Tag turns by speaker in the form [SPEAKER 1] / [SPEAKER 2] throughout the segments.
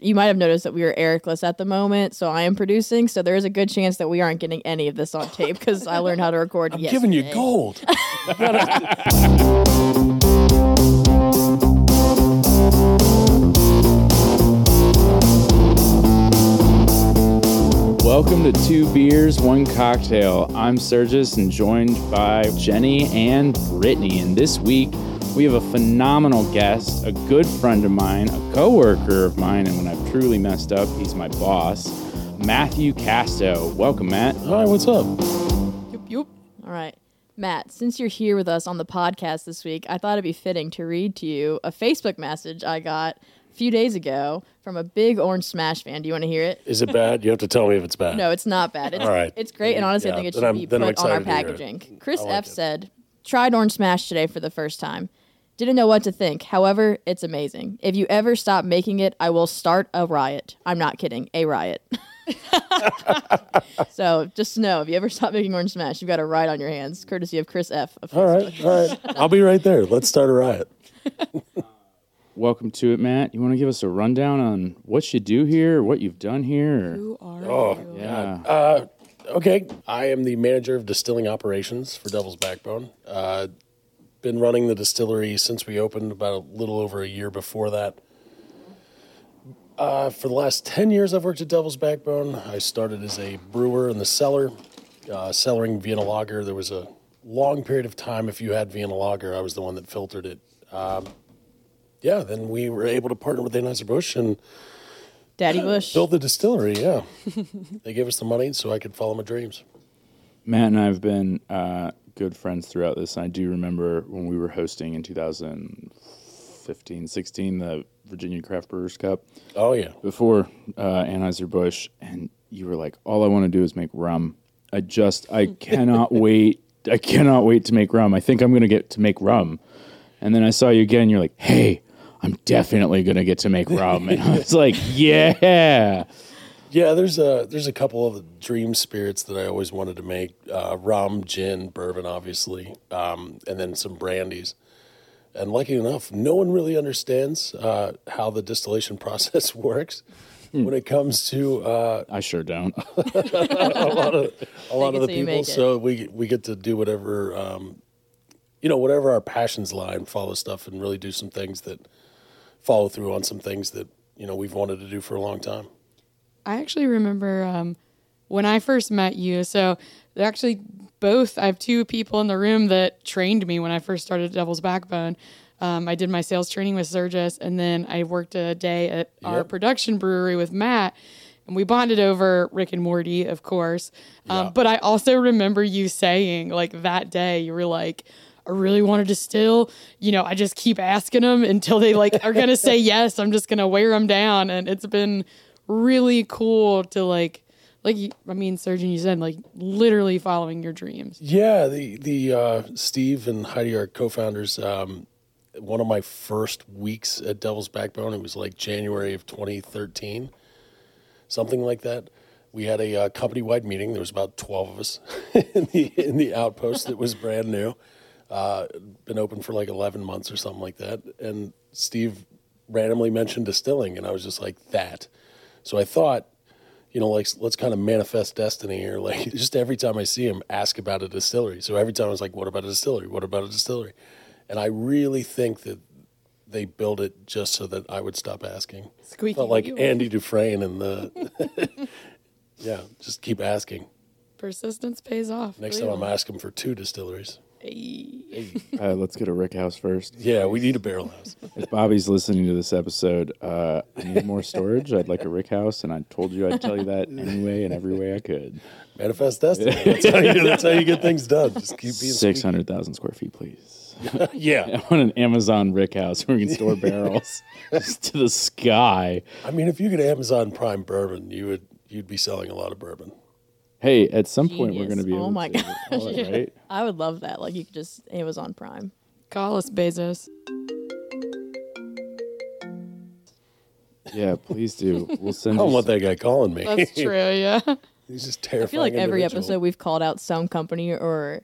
[SPEAKER 1] you might have noticed that we were Ericless at the moment, so I am producing. So there is a good chance that we aren't getting any of this on tape because I learned how to record.
[SPEAKER 2] I'm
[SPEAKER 1] yesterday.
[SPEAKER 2] giving you gold.
[SPEAKER 3] Welcome to Two Beers, One Cocktail. I'm Sergis and joined by Jenny and Brittany. And this week, we have a phenomenal guest, a good friend of mine, a coworker of mine, and when I've truly messed up, he's my boss, Matthew Casto. Welcome, Matt.
[SPEAKER 2] Hi, what's up?
[SPEAKER 1] All right. Matt, since you're here with us on the podcast this week, I thought it'd be fitting to read to you a Facebook message I got a few days ago from a big Orange Smash fan. Do you want to hear it?
[SPEAKER 2] Is it bad? You have to tell me if it's bad.
[SPEAKER 1] No, it's not bad. It's,
[SPEAKER 2] All right.
[SPEAKER 1] it's great, and honestly, I
[SPEAKER 2] Yeah,
[SPEAKER 1] think it
[SPEAKER 2] then
[SPEAKER 1] should
[SPEAKER 2] I'm-
[SPEAKER 1] be
[SPEAKER 2] then I'm
[SPEAKER 1] put on our
[SPEAKER 2] excited to hear it.
[SPEAKER 1] packaging. Chris
[SPEAKER 2] I like
[SPEAKER 1] F
[SPEAKER 2] it.
[SPEAKER 1] said, "Tried Orange Smash today for the first time. Didn't know what to think. However, it's amazing. If you ever stop making it, I will start a riot. I'm not kidding. A riot." so just know if you ever stop making orange smash, you've got a riot on your hands, courtesy of Chris F. Of
[SPEAKER 2] All right, all right. I'll be right there. Let's start a riot.
[SPEAKER 3] Welcome to it, Matt. You want to give us a rundown on what you do here, what you've done here? or-
[SPEAKER 4] Who are you?
[SPEAKER 3] Yeah.
[SPEAKER 2] Okay, I am the manager of distilling operations for Devil's Backbone. Uh, been running the distillery since we opened, about a little over a year before that. Uh, for the last 10 years, I've worked at Devil's Backbone. I started as a brewer in the cellar, uh, cellaring Vienna lager. There was a long period of time, if you had Vienna lager, I was the one that filtered it. Um, yeah, then we were able to partner with Anheuser-Busch and
[SPEAKER 1] Daddy Bush.
[SPEAKER 2] build the distillery. Yeah, they gave us the money so I could follow my dreams.
[SPEAKER 3] Matt and I have been uh, good friends throughout this. I do remember when we were hosting in 2015, 16, the Virginia Craft Brewers Cup
[SPEAKER 2] Oh, yeah.
[SPEAKER 3] before uh, Anheuser Busch, and you were like, "All I want to do is make rum. I just, I cannot wait. I cannot wait to make rum. I think I'm gonna get to make rum." And then I saw you again. You're like, "Hey." I'm definitely gonna get to make rum, and I was like, "Yeah,
[SPEAKER 2] Yeah, there's a there's a couple of dream spirits that I always wanted to make: uh, rum, gin, bourbon, obviously, um, and then some brandies. And lucky enough, no one really understands uh, how the distillation process works
[SPEAKER 1] Hmm.
[SPEAKER 2] when it comes to uh,
[SPEAKER 3] I sure don't."
[SPEAKER 2] a lot
[SPEAKER 1] Make it so
[SPEAKER 2] of the
[SPEAKER 1] you
[SPEAKER 2] people.
[SPEAKER 1] make it.
[SPEAKER 2] So we we get to do whatever um, you know, whatever our passions lie, and follow stuff, and really do some things that follow through on some things that you know we've wanted to do for a long time.
[SPEAKER 4] I actually remember um, when I first met you. So they're actually, both I have two people in the room that trained me when I first started at Devil's Backbone. Um, I did my sales training with Sergis, and then I worked a day at our production brewery with Matt. And we bonded over Rick and Morty, of course. Um, But I also remember you saying, like that day, you were like, I really want to distill. You know, I just keep asking them until they like are gonna say yes. I'm just gonna wear them down, and it's been really cool to like, like you- I mean, surgeon, you said like literally following your dreams.
[SPEAKER 2] Yeah, the the uh, Steve and Heidi are co-founders. Um, one of my first weeks at Devil's Backbone, it was like January of 2013, something like that. We had a uh, company-wide meeting. There was about 12 of us in the in the outpost that was brand new, uh, been open for like 11 months or something like that. And Steve randomly mentioned distilling, and I was just like that. So I thought you know, like let's kind of manifest destiny here. Like just every time I see him, ask about a distillery. So every time I was like, "What about a distillery? What about a distillery?" And I really think that they built it just so that I would stop asking.
[SPEAKER 4] Squeaky
[SPEAKER 2] Felt like
[SPEAKER 4] wheel.
[SPEAKER 2] Andy Dufresne and the yeah, just keep asking.
[SPEAKER 4] Persistence pays off.
[SPEAKER 2] Next
[SPEAKER 4] for
[SPEAKER 2] time I'm
[SPEAKER 4] real.
[SPEAKER 2] asking for two distilleries.
[SPEAKER 3] Uh, let's get a Rick House first.
[SPEAKER 2] Yeah, we need a barrel house.
[SPEAKER 3] If Bobby's listening to this episode, uh, I need more storage. I'd like a Rick House, and I told you I'd tell you that anyway and every way I could.
[SPEAKER 2] Manifest destiny. That's how you, that's how you get things done. Just keep being
[SPEAKER 3] Six hundred thousand square feet, please.
[SPEAKER 2] squeaky. Yeah,
[SPEAKER 3] I want an Amazon Rick House where we can store barrels just to the sky.
[SPEAKER 2] I mean, if you could Amazon Prime bourbon, you would you'd be selling a lot of bourbon.
[SPEAKER 3] Hey, at some point we're
[SPEAKER 1] Genius.
[SPEAKER 3] going to be.
[SPEAKER 1] Oh
[SPEAKER 3] able
[SPEAKER 1] my
[SPEAKER 3] to
[SPEAKER 1] gosh.
[SPEAKER 3] call it, right?
[SPEAKER 1] I would love that. Like you could just Amazon Prime.
[SPEAKER 4] Call us Bezos.
[SPEAKER 3] Yeah, please do. We'll send.
[SPEAKER 2] I
[SPEAKER 1] Oh,
[SPEAKER 2] don't
[SPEAKER 3] you
[SPEAKER 2] want that guy calling me.
[SPEAKER 4] That's true. Yeah.
[SPEAKER 2] He's just
[SPEAKER 1] I feel
[SPEAKER 2] terrifying.
[SPEAKER 1] like every
[SPEAKER 2] individual.
[SPEAKER 1] episode we've called out some company or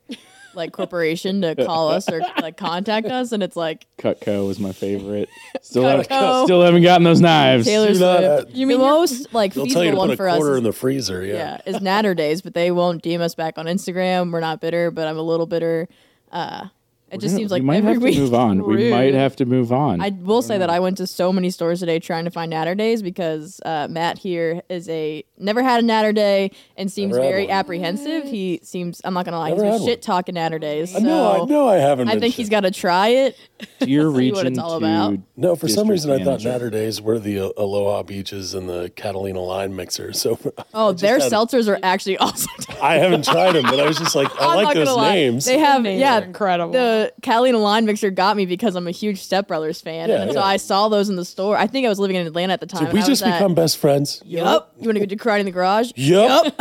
[SPEAKER 1] like corporation to call us or like contact us, and it's like
[SPEAKER 3] Cutco was my favorite. Still, haven't,
[SPEAKER 1] Cutco.
[SPEAKER 3] still haven't gotten those knives.
[SPEAKER 1] Taylor
[SPEAKER 2] Do not,
[SPEAKER 1] Swift.
[SPEAKER 2] uh,
[SPEAKER 1] you mean the most like
[SPEAKER 2] They'll tell you
[SPEAKER 1] feasible
[SPEAKER 2] to put
[SPEAKER 1] one
[SPEAKER 2] a
[SPEAKER 1] for us?
[SPEAKER 2] quarter in
[SPEAKER 1] Is,
[SPEAKER 2] the freezer. Yeah.
[SPEAKER 1] yeah, is Natter Days, but they won't DM us back on Instagram. We're not bitter, but I'm a little bitter. Uh, it just
[SPEAKER 3] Yeah,
[SPEAKER 1] seems
[SPEAKER 3] we
[SPEAKER 1] like
[SPEAKER 3] might
[SPEAKER 1] every
[SPEAKER 3] have
[SPEAKER 1] week
[SPEAKER 3] to move on. We
[SPEAKER 4] Rude.
[SPEAKER 3] might have to move on.
[SPEAKER 1] I will say that I went to so many stores today trying to find Natter Days because uh, Matt here is a never had a Natter Day and seems
[SPEAKER 2] Never had
[SPEAKER 1] very
[SPEAKER 2] one.
[SPEAKER 1] apprehensive. He seems I'm not gonna lie, he's
[SPEAKER 2] Never
[SPEAKER 1] been
[SPEAKER 2] had one.
[SPEAKER 1] shit talking Natter Days. So
[SPEAKER 2] No, I know I haven't.
[SPEAKER 1] I
[SPEAKER 2] been
[SPEAKER 1] think
[SPEAKER 2] shit.
[SPEAKER 1] he's got to try it.
[SPEAKER 3] Dear
[SPEAKER 1] see
[SPEAKER 3] region
[SPEAKER 1] what it's all
[SPEAKER 3] to
[SPEAKER 1] about.
[SPEAKER 2] No, for some
[SPEAKER 3] district
[SPEAKER 2] reason I thought
[SPEAKER 3] manager.
[SPEAKER 2] Natter Days were the uh, Aloha Beaches and the Catalina Line Mixer. So
[SPEAKER 1] Oh, their
[SPEAKER 2] had-
[SPEAKER 1] seltzers are actually awesome.
[SPEAKER 2] I haven't tried them, but I was just like, I
[SPEAKER 1] I'm
[SPEAKER 2] like
[SPEAKER 1] not
[SPEAKER 2] those
[SPEAKER 1] gonna lie.
[SPEAKER 2] names.
[SPEAKER 1] They have
[SPEAKER 4] Names
[SPEAKER 1] yeah,
[SPEAKER 4] are incredible.
[SPEAKER 1] The Catalina Line Mixer got me because I'm a huge Step Brothers fan,
[SPEAKER 2] Yeah,
[SPEAKER 1] and so
[SPEAKER 2] yeah.
[SPEAKER 1] I saw those in the store. I think I was living in Atlanta at the time.
[SPEAKER 2] Did we
[SPEAKER 1] and I
[SPEAKER 2] just
[SPEAKER 1] was at,
[SPEAKER 2] become best friends?
[SPEAKER 1] Yup. You want to go do karate in the garage?
[SPEAKER 2] Yep.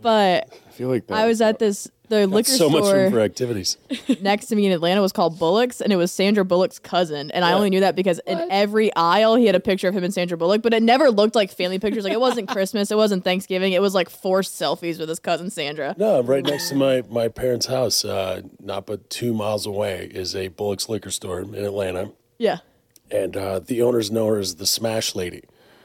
[SPEAKER 1] But
[SPEAKER 3] I feel like that.
[SPEAKER 1] I was at this the liquor
[SPEAKER 2] Oh, So much room for
[SPEAKER 1] store
[SPEAKER 2] activities.
[SPEAKER 1] next to me in Atlanta was called Bullock's, and it was Sandra Bullock's cousin. And I
[SPEAKER 2] Yeah.
[SPEAKER 1] only knew that because in every aisle he had a picture of him and Sandra Bullock, but it never looked like family pictures. Like it wasn't Christmas, it wasn't Thanksgiving, it was like forced selfies with his cousin Sandra.
[SPEAKER 2] No, right next to my, my parents' house, uh, not but two miles away, is a Bullock's liquor store in Atlanta.
[SPEAKER 1] Yeah.
[SPEAKER 2] And uh, the owners know her as the Smash Lady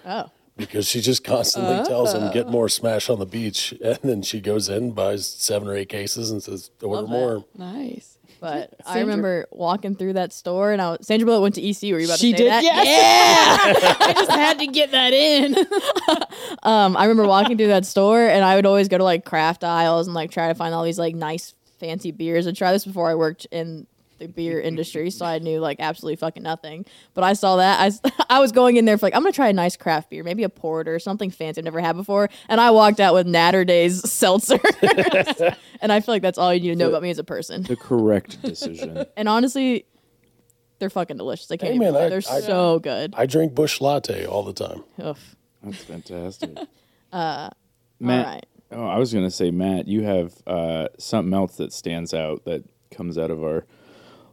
[SPEAKER 1] Oh.
[SPEAKER 2] because she just constantly tells them, get more Smash on the beach. And then she goes in, buys seven or eight cases, and says, order
[SPEAKER 1] Love that.
[SPEAKER 2] more.
[SPEAKER 4] Nice.
[SPEAKER 1] But I
[SPEAKER 4] Sandra-
[SPEAKER 1] remember walking through that store, and I was, Sandra Bullock went to EC. Were you about
[SPEAKER 4] She
[SPEAKER 1] to say
[SPEAKER 4] did,
[SPEAKER 1] that?
[SPEAKER 4] yes. Yeah. I just had to get that in.
[SPEAKER 1] Um, I remember walking through that store, and I would always go to like craft aisles and like try to find all these like nice fancy beers. And try this before I worked in the beer industry, so I knew like absolutely fucking nothing. But I saw that I, s- I was going in there for like I'm gonna try a nice craft beer, maybe a porter, something fancy I've never had before, and I walked out with Natter Day's seltzer. and I feel like that's all you need to know about me as a person.
[SPEAKER 3] the correct decision.
[SPEAKER 1] And honestly, they're fucking delicious. I can't
[SPEAKER 2] Hey,
[SPEAKER 1] even.
[SPEAKER 2] man, I-
[SPEAKER 1] they're
[SPEAKER 2] I-
[SPEAKER 1] so good.
[SPEAKER 2] I drink Bush Latte all the time.
[SPEAKER 1] Ugh.
[SPEAKER 3] That's fantastic. Uh, Matt,
[SPEAKER 1] all right.
[SPEAKER 3] oh, I was gonna say, Matt, you have uh, something else that stands out that comes out of our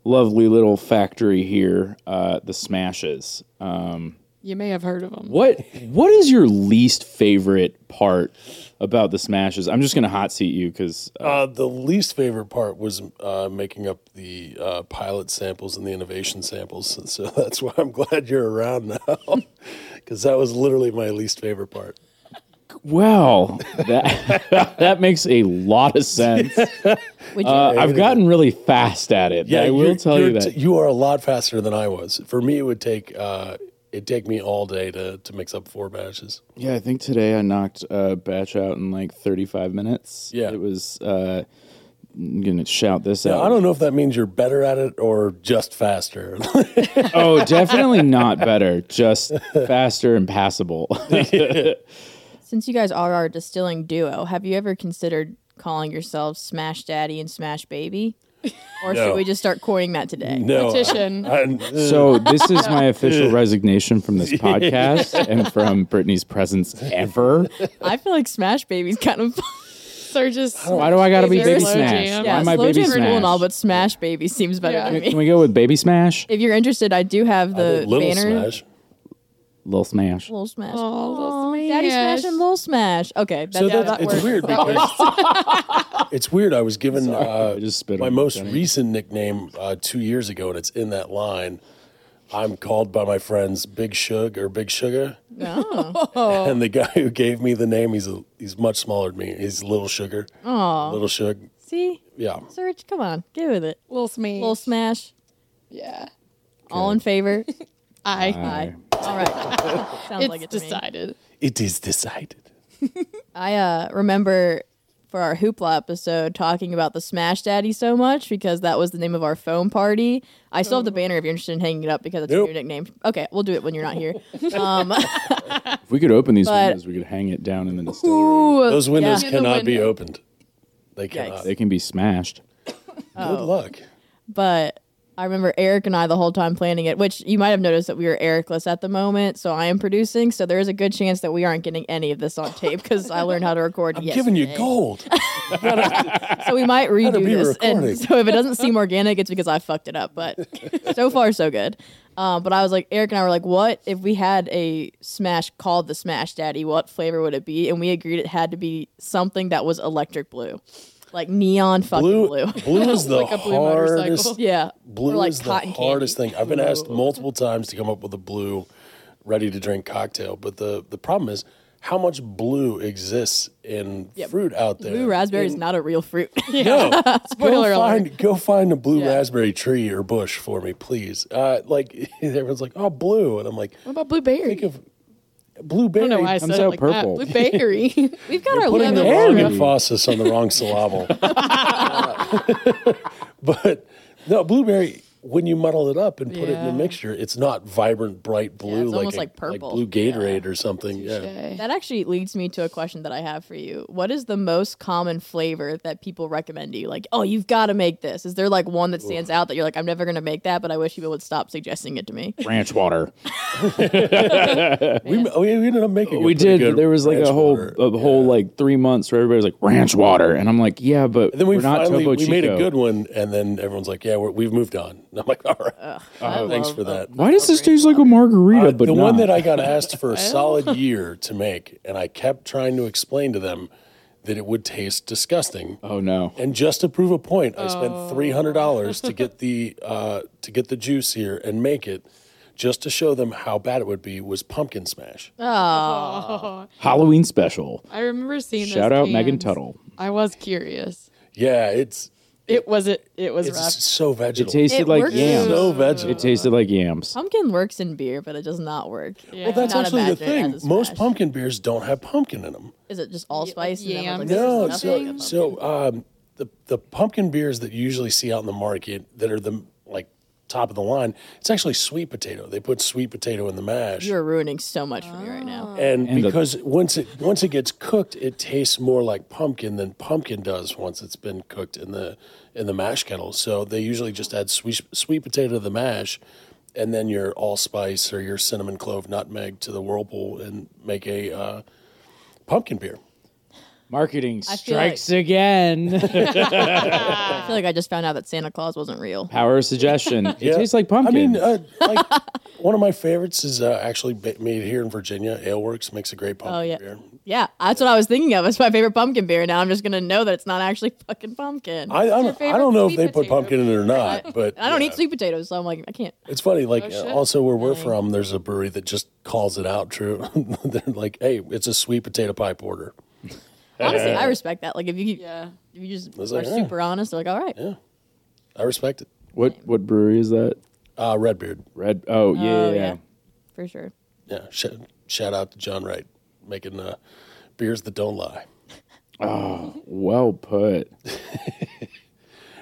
[SPEAKER 3] lovely little factory here, uh, the Smashes.
[SPEAKER 4] You may have heard of them.
[SPEAKER 3] What What is your least favorite part about the Smashes? I'm just gonna hot seat you because uh,
[SPEAKER 2] Uh, the least favorite part was uh, making up the uh, pilot samples and the innovation samples. So that's why I'm glad you're around now, because that was literally my least favorite part.
[SPEAKER 3] well, that that makes a lot of sense.
[SPEAKER 1] Would you?
[SPEAKER 3] Uh, I've gotten really fast at it. I will
[SPEAKER 2] you're-
[SPEAKER 3] tell you
[SPEAKER 2] you're
[SPEAKER 3] that.
[SPEAKER 2] t- you are a lot faster than I was. For me, it would take uh, it take me all day to to mix up four batches.
[SPEAKER 3] Yeah, I think today I knocked a batch out in like 35 minutes.
[SPEAKER 2] Yeah.
[SPEAKER 3] It was, uh, I'm going to shout this
[SPEAKER 2] Now,
[SPEAKER 3] out.
[SPEAKER 2] I don't know if that means you're better at it or just faster.
[SPEAKER 3] oh, definitely not better, just faster and passable.
[SPEAKER 1] Since you guys are our distilling duo, have you ever considered calling yourselves Smash Daddy and Smash Baby? Or
[SPEAKER 2] No.
[SPEAKER 1] should we just start coining that today?
[SPEAKER 2] no,
[SPEAKER 4] Petition.
[SPEAKER 2] I- I-
[SPEAKER 3] so, this is my official resignation from this podcast and from Brittany's presence ever.
[SPEAKER 1] I feel like Smash Baby's kind of
[SPEAKER 4] They're just.
[SPEAKER 3] Why do I got to be
[SPEAKER 4] Baby
[SPEAKER 3] Baby
[SPEAKER 4] Slow
[SPEAKER 3] Smash? Why
[SPEAKER 4] Jam.
[SPEAKER 1] yeah,
[SPEAKER 3] am I
[SPEAKER 1] slow
[SPEAKER 3] Baby
[SPEAKER 1] jam's cool
[SPEAKER 3] Smash?
[SPEAKER 1] and all, but Smash Baby seems better
[SPEAKER 4] Yeah.
[SPEAKER 1] to me.
[SPEAKER 3] Can we go with Baby Smash?
[SPEAKER 1] If you're interested, I do have the
[SPEAKER 2] Little
[SPEAKER 1] banner.
[SPEAKER 2] Smash.
[SPEAKER 3] Little Smash.
[SPEAKER 1] Little Smash.
[SPEAKER 4] Aw, Little
[SPEAKER 1] Aw, Daddy
[SPEAKER 4] Smash.
[SPEAKER 1] Smash and Little Smash. Okay, that's
[SPEAKER 2] So
[SPEAKER 1] how
[SPEAKER 2] that's,
[SPEAKER 1] that
[SPEAKER 2] it's
[SPEAKER 1] works.
[SPEAKER 2] weird because it's weird. I was given uh,
[SPEAKER 3] I just spit
[SPEAKER 2] my
[SPEAKER 3] on
[SPEAKER 2] most
[SPEAKER 3] Jenny.
[SPEAKER 2] recent nickname uh, two years ago, and it's in that line. I'm called by my friends Big Shug or Big Sugar,
[SPEAKER 1] No.
[SPEAKER 2] and the guy who gave me the name, he's a, he's much smaller than me. He's Little Sugar,
[SPEAKER 1] Aw.
[SPEAKER 2] Little Shug.
[SPEAKER 1] See?
[SPEAKER 2] Yeah,
[SPEAKER 1] Serge, come on. Get with it.
[SPEAKER 4] Little Smee.
[SPEAKER 1] Little Smash.
[SPEAKER 4] Yeah.
[SPEAKER 1] All in favor?
[SPEAKER 4] I.
[SPEAKER 1] Aye. All right. Sounds
[SPEAKER 4] it's
[SPEAKER 1] like it to me.
[SPEAKER 4] decided.
[SPEAKER 2] it is decided.
[SPEAKER 1] I uh, remember for our hoopla episode talking about the Smash Daddy so much because that was the name of our phone party. I still have the banner if you're interested in hanging it up because it's
[SPEAKER 2] Nope.
[SPEAKER 1] a new nickname. Okay, we'll do it when you're not here.
[SPEAKER 3] If we could open these
[SPEAKER 1] But-
[SPEAKER 3] windows, we could hang it down in the distillery.
[SPEAKER 2] Those windows
[SPEAKER 1] Yeah.
[SPEAKER 2] cannot be
[SPEAKER 4] window.
[SPEAKER 2] opened. They cannot.
[SPEAKER 3] They can be smashed.
[SPEAKER 1] Oh.
[SPEAKER 2] Good luck.
[SPEAKER 1] But I remember Eric and I the whole time planning it, which you might have noticed that we were Ericless at the moment. So I am producing, so there is a good chance that we aren't getting any of this on tape because I learned how to record. I'm
[SPEAKER 2] Giving you gold.
[SPEAKER 1] so we might redo
[SPEAKER 2] be
[SPEAKER 1] this.
[SPEAKER 2] recording.
[SPEAKER 1] And so if it doesn't seem organic, it's because I fucked it up. But so far, so good. Um, but I was like, Eric and I were like, what if we had a smash called the Smash Daddy? What flavor would it be? And we agreed it had to be something that was electric blue. like neon fucking
[SPEAKER 2] Blue,
[SPEAKER 1] blue.
[SPEAKER 2] blue is the
[SPEAKER 4] Like a blue motorcycle.
[SPEAKER 2] hardest.
[SPEAKER 1] yeah,
[SPEAKER 2] Blue
[SPEAKER 1] or like
[SPEAKER 2] is the
[SPEAKER 1] cotton candy.
[SPEAKER 2] hardest thing. I've been asked multiple times to come up with a blue ready to drink cocktail, but the the problem is how much blue exists in
[SPEAKER 1] Yep.
[SPEAKER 2] fruit out there.
[SPEAKER 1] Blue raspberry is not a real fruit.
[SPEAKER 2] No,
[SPEAKER 4] Spoiler
[SPEAKER 2] go
[SPEAKER 4] alert.
[SPEAKER 2] find go find a blue
[SPEAKER 1] Yeah.
[SPEAKER 2] raspberry tree or bush for me, please. Uh, like everyone's like, oh, blue, and I'm like,
[SPEAKER 4] What about blueberry?
[SPEAKER 2] think
[SPEAKER 4] I
[SPEAKER 2] of blueberry.
[SPEAKER 4] don't know why I
[SPEAKER 3] Comes
[SPEAKER 4] said it
[SPEAKER 3] out
[SPEAKER 4] like
[SPEAKER 3] purple.
[SPEAKER 4] that. Blueberry.
[SPEAKER 1] We've got our
[SPEAKER 2] putting the
[SPEAKER 1] lemon.
[SPEAKER 2] wrong
[SPEAKER 1] syrup.
[SPEAKER 2] emphasis on the wrong syllable. but no, blueberry. When you muddle it up and put it in
[SPEAKER 4] Yeah.
[SPEAKER 2] the mixture, it's not vibrant, bright blue
[SPEAKER 1] it's
[SPEAKER 2] like
[SPEAKER 1] almost
[SPEAKER 2] a-
[SPEAKER 1] like purple.
[SPEAKER 2] blue Gatorade or something. Yeah.
[SPEAKER 4] Okay.
[SPEAKER 1] Eh. That actually leads me to a question that I have for you. What is the most common flavor that people recommend to you? Like, oh, you've got to make this. Is there like one that stands out that you're like, I'm never going to make that, but I wish people would stop suggesting it to me?
[SPEAKER 3] Ranch water.
[SPEAKER 2] We, we ended up making. a
[SPEAKER 3] we
[SPEAKER 2] pretty
[SPEAKER 3] did.
[SPEAKER 2] good
[SPEAKER 3] There was like a
[SPEAKER 2] ranch
[SPEAKER 3] whole,
[SPEAKER 2] water.
[SPEAKER 3] a whole like three months where everybody was like ranch water, and I'm like, yeah, but
[SPEAKER 2] And then we
[SPEAKER 3] are not
[SPEAKER 2] finally
[SPEAKER 3] Topo
[SPEAKER 2] we made a
[SPEAKER 3] Chico.
[SPEAKER 2] good one, and then everyone's like, "Yeah, we're, we've moved on." And I'm like, "All right,
[SPEAKER 1] I
[SPEAKER 2] thanks
[SPEAKER 1] love
[SPEAKER 2] for
[SPEAKER 1] a-
[SPEAKER 2] that."
[SPEAKER 3] Why does this taste like a margarita?
[SPEAKER 2] Uh,
[SPEAKER 3] but
[SPEAKER 2] the one
[SPEAKER 3] not?
[SPEAKER 2] that I got asked for a solid year to make, and I kept trying to explain to them that it would taste disgusting.
[SPEAKER 3] oh no,
[SPEAKER 2] And just to prove a point, I
[SPEAKER 1] Oh.
[SPEAKER 2] spent three hundred dollars to get the uh, to get the juice here and make it, just to show them how bad it would be. Was pumpkin smash?
[SPEAKER 1] Uh.
[SPEAKER 3] Halloween special.
[SPEAKER 4] I remember seeing. those
[SPEAKER 3] Shout out Megan
[SPEAKER 4] cans.
[SPEAKER 3] Tuttle.
[SPEAKER 4] I was curious.
[SPEAKER 2] Yeah, it's
[SPEAKER 4] It was it. It was
[SPEAKER 2] it's
[SPEAKER 4] rough.
[SPEAKER 2] so
[SPEAKER 3] It
[SPEAKER 2] vegetal.
[SPEAKER 3] tasted
[SPEAKER 1] It
[SPEAKER 3] like
[SPEAKER 1] works.
[SPEAKER 3] yams.
[SPEAKER 2] so vegetal.
[SPEAKER 3] It tasted like yams.
[SPEAKER 1] Pumpkin works in beer, but it does not work.
[SPEAKER 4] Well,
[SPEAKER 2] That's
[SPEAKER 1] Not
[SPEAKER 2] actually the
[SPEAKER 1] imagine it as
[SPEAKER 2] thing.
[SPEAKER 1] a
[SPEAKER 2] Most
[SPEAKER 1] smash.
[SPEAKER 2] pumpkin beers don't have pumpkin in them.
[SPEAKER 1] Is it just allspice?
[SPEAKER 4] Yeah,
[SPEAKER 1] and
[SPEAKER 4] like
[SPEAKER 1] then
[SPEAKER 4] yams.
[SPEAKER 1] everyone's
[SPEAKER 2] No,
[SPEAKER 1] like,
[SPEAKER 4] nothing
[SPEAKER 2] so,
[SPEAKER 4] about
[SPEAKER 2] so um, the the pumpkin beers that you usually see out in the market that are the like top of the line, it's actually sweet potato. They put sweet potato in the mash,
[SPEAKER 1] You're ruining so much for me right now.
[SPEAKER 2] and,
[SPEAKER 3] And the-
[SPEAKER 2] because once it once it gets cooked, it tastes more like pumpkin than pumpkin does once it's been cooked in the in the mash kettle. So they usually just add sweet sweet potato to the mash. And then your allspice or your cinnamon, clove, nutmeg to the whirlpool and make a uh, pumpkin beer.
[SPEAKER 3] Marketing
[SPEAKER 1] feel like-
[SPEAKER 3] strikes again.
[SPEAKER 1] I
[SPEAKER 4] Ah.
[SPEAKER 1] feel like I just found out that Santa Claus wasn't real.
[SPEAKER 3] Power of suggestion. It
[SPEAKER 2] Yeah.
[SPEAKER 3] tastes like pumpkin.
[SPEAKER 2] I mean, uh, like one of my favorites is uh, actually ba- made here in Virginia. Aleworks makes a great pumpkin
[SPEAKER 1] Oh yeah,
[SPEAKER 2] beer.
[SPEAKER 1] yeah. That's what I was thinking of. It's my favorite pumpkin beer. Now I'm just gonna know that it's not actually fucking pumpkin. I,
[SPEAKER 2] I, I, don't, I don't
[SPEAKER 4] favorite
[SPEAKER 2] know if
[SPEAKER 4] sweet
[SPEAKER 2] they put
[SPEAKER 4] potato?
[SPEAKER 2] pumpkin in it or not, but
[SPEAKER 1] don't
[SPEAKER 2] yeah.
[SPEAKER 1] eat sweet potatoes, so I'm like, I can't.
[SPEAKER 2] It's funny, like
[SPEAKER 4] shit.
[SPEAKER 2] also where we're from, there's a brewery that just calls it out. True, they're like, "Hey, it's a sweet potato pie porter."
[SPEAKER 1] Honestly, I respect that. Like if you
[SPEAKER 4] Yeah.
[SPEAKER 1] if you just
[SPEAKER 2] It's
[SPEAKER 1] are
[SPEAKER 2] like, "Mm." yeah.
[SPEAKER 1] super honest, they're like, all right,
[SPEAKER 2] I respect it.
[SPEAKER 3] what what brewery is that?
[SPEAKER 2] Uh, Redbeard,
[SPEAKER 3] Red. Oh yeah,
[SPEAKER 1] Oh,
[SPEAKER 3] yeah, yeah.
[SPEAKER 1] yeah. for sure.
[SPEAKER 2] yeah. Sh- shout out to John Wright making uh, beers that don't lie.
[SPEAKER 3] Well put.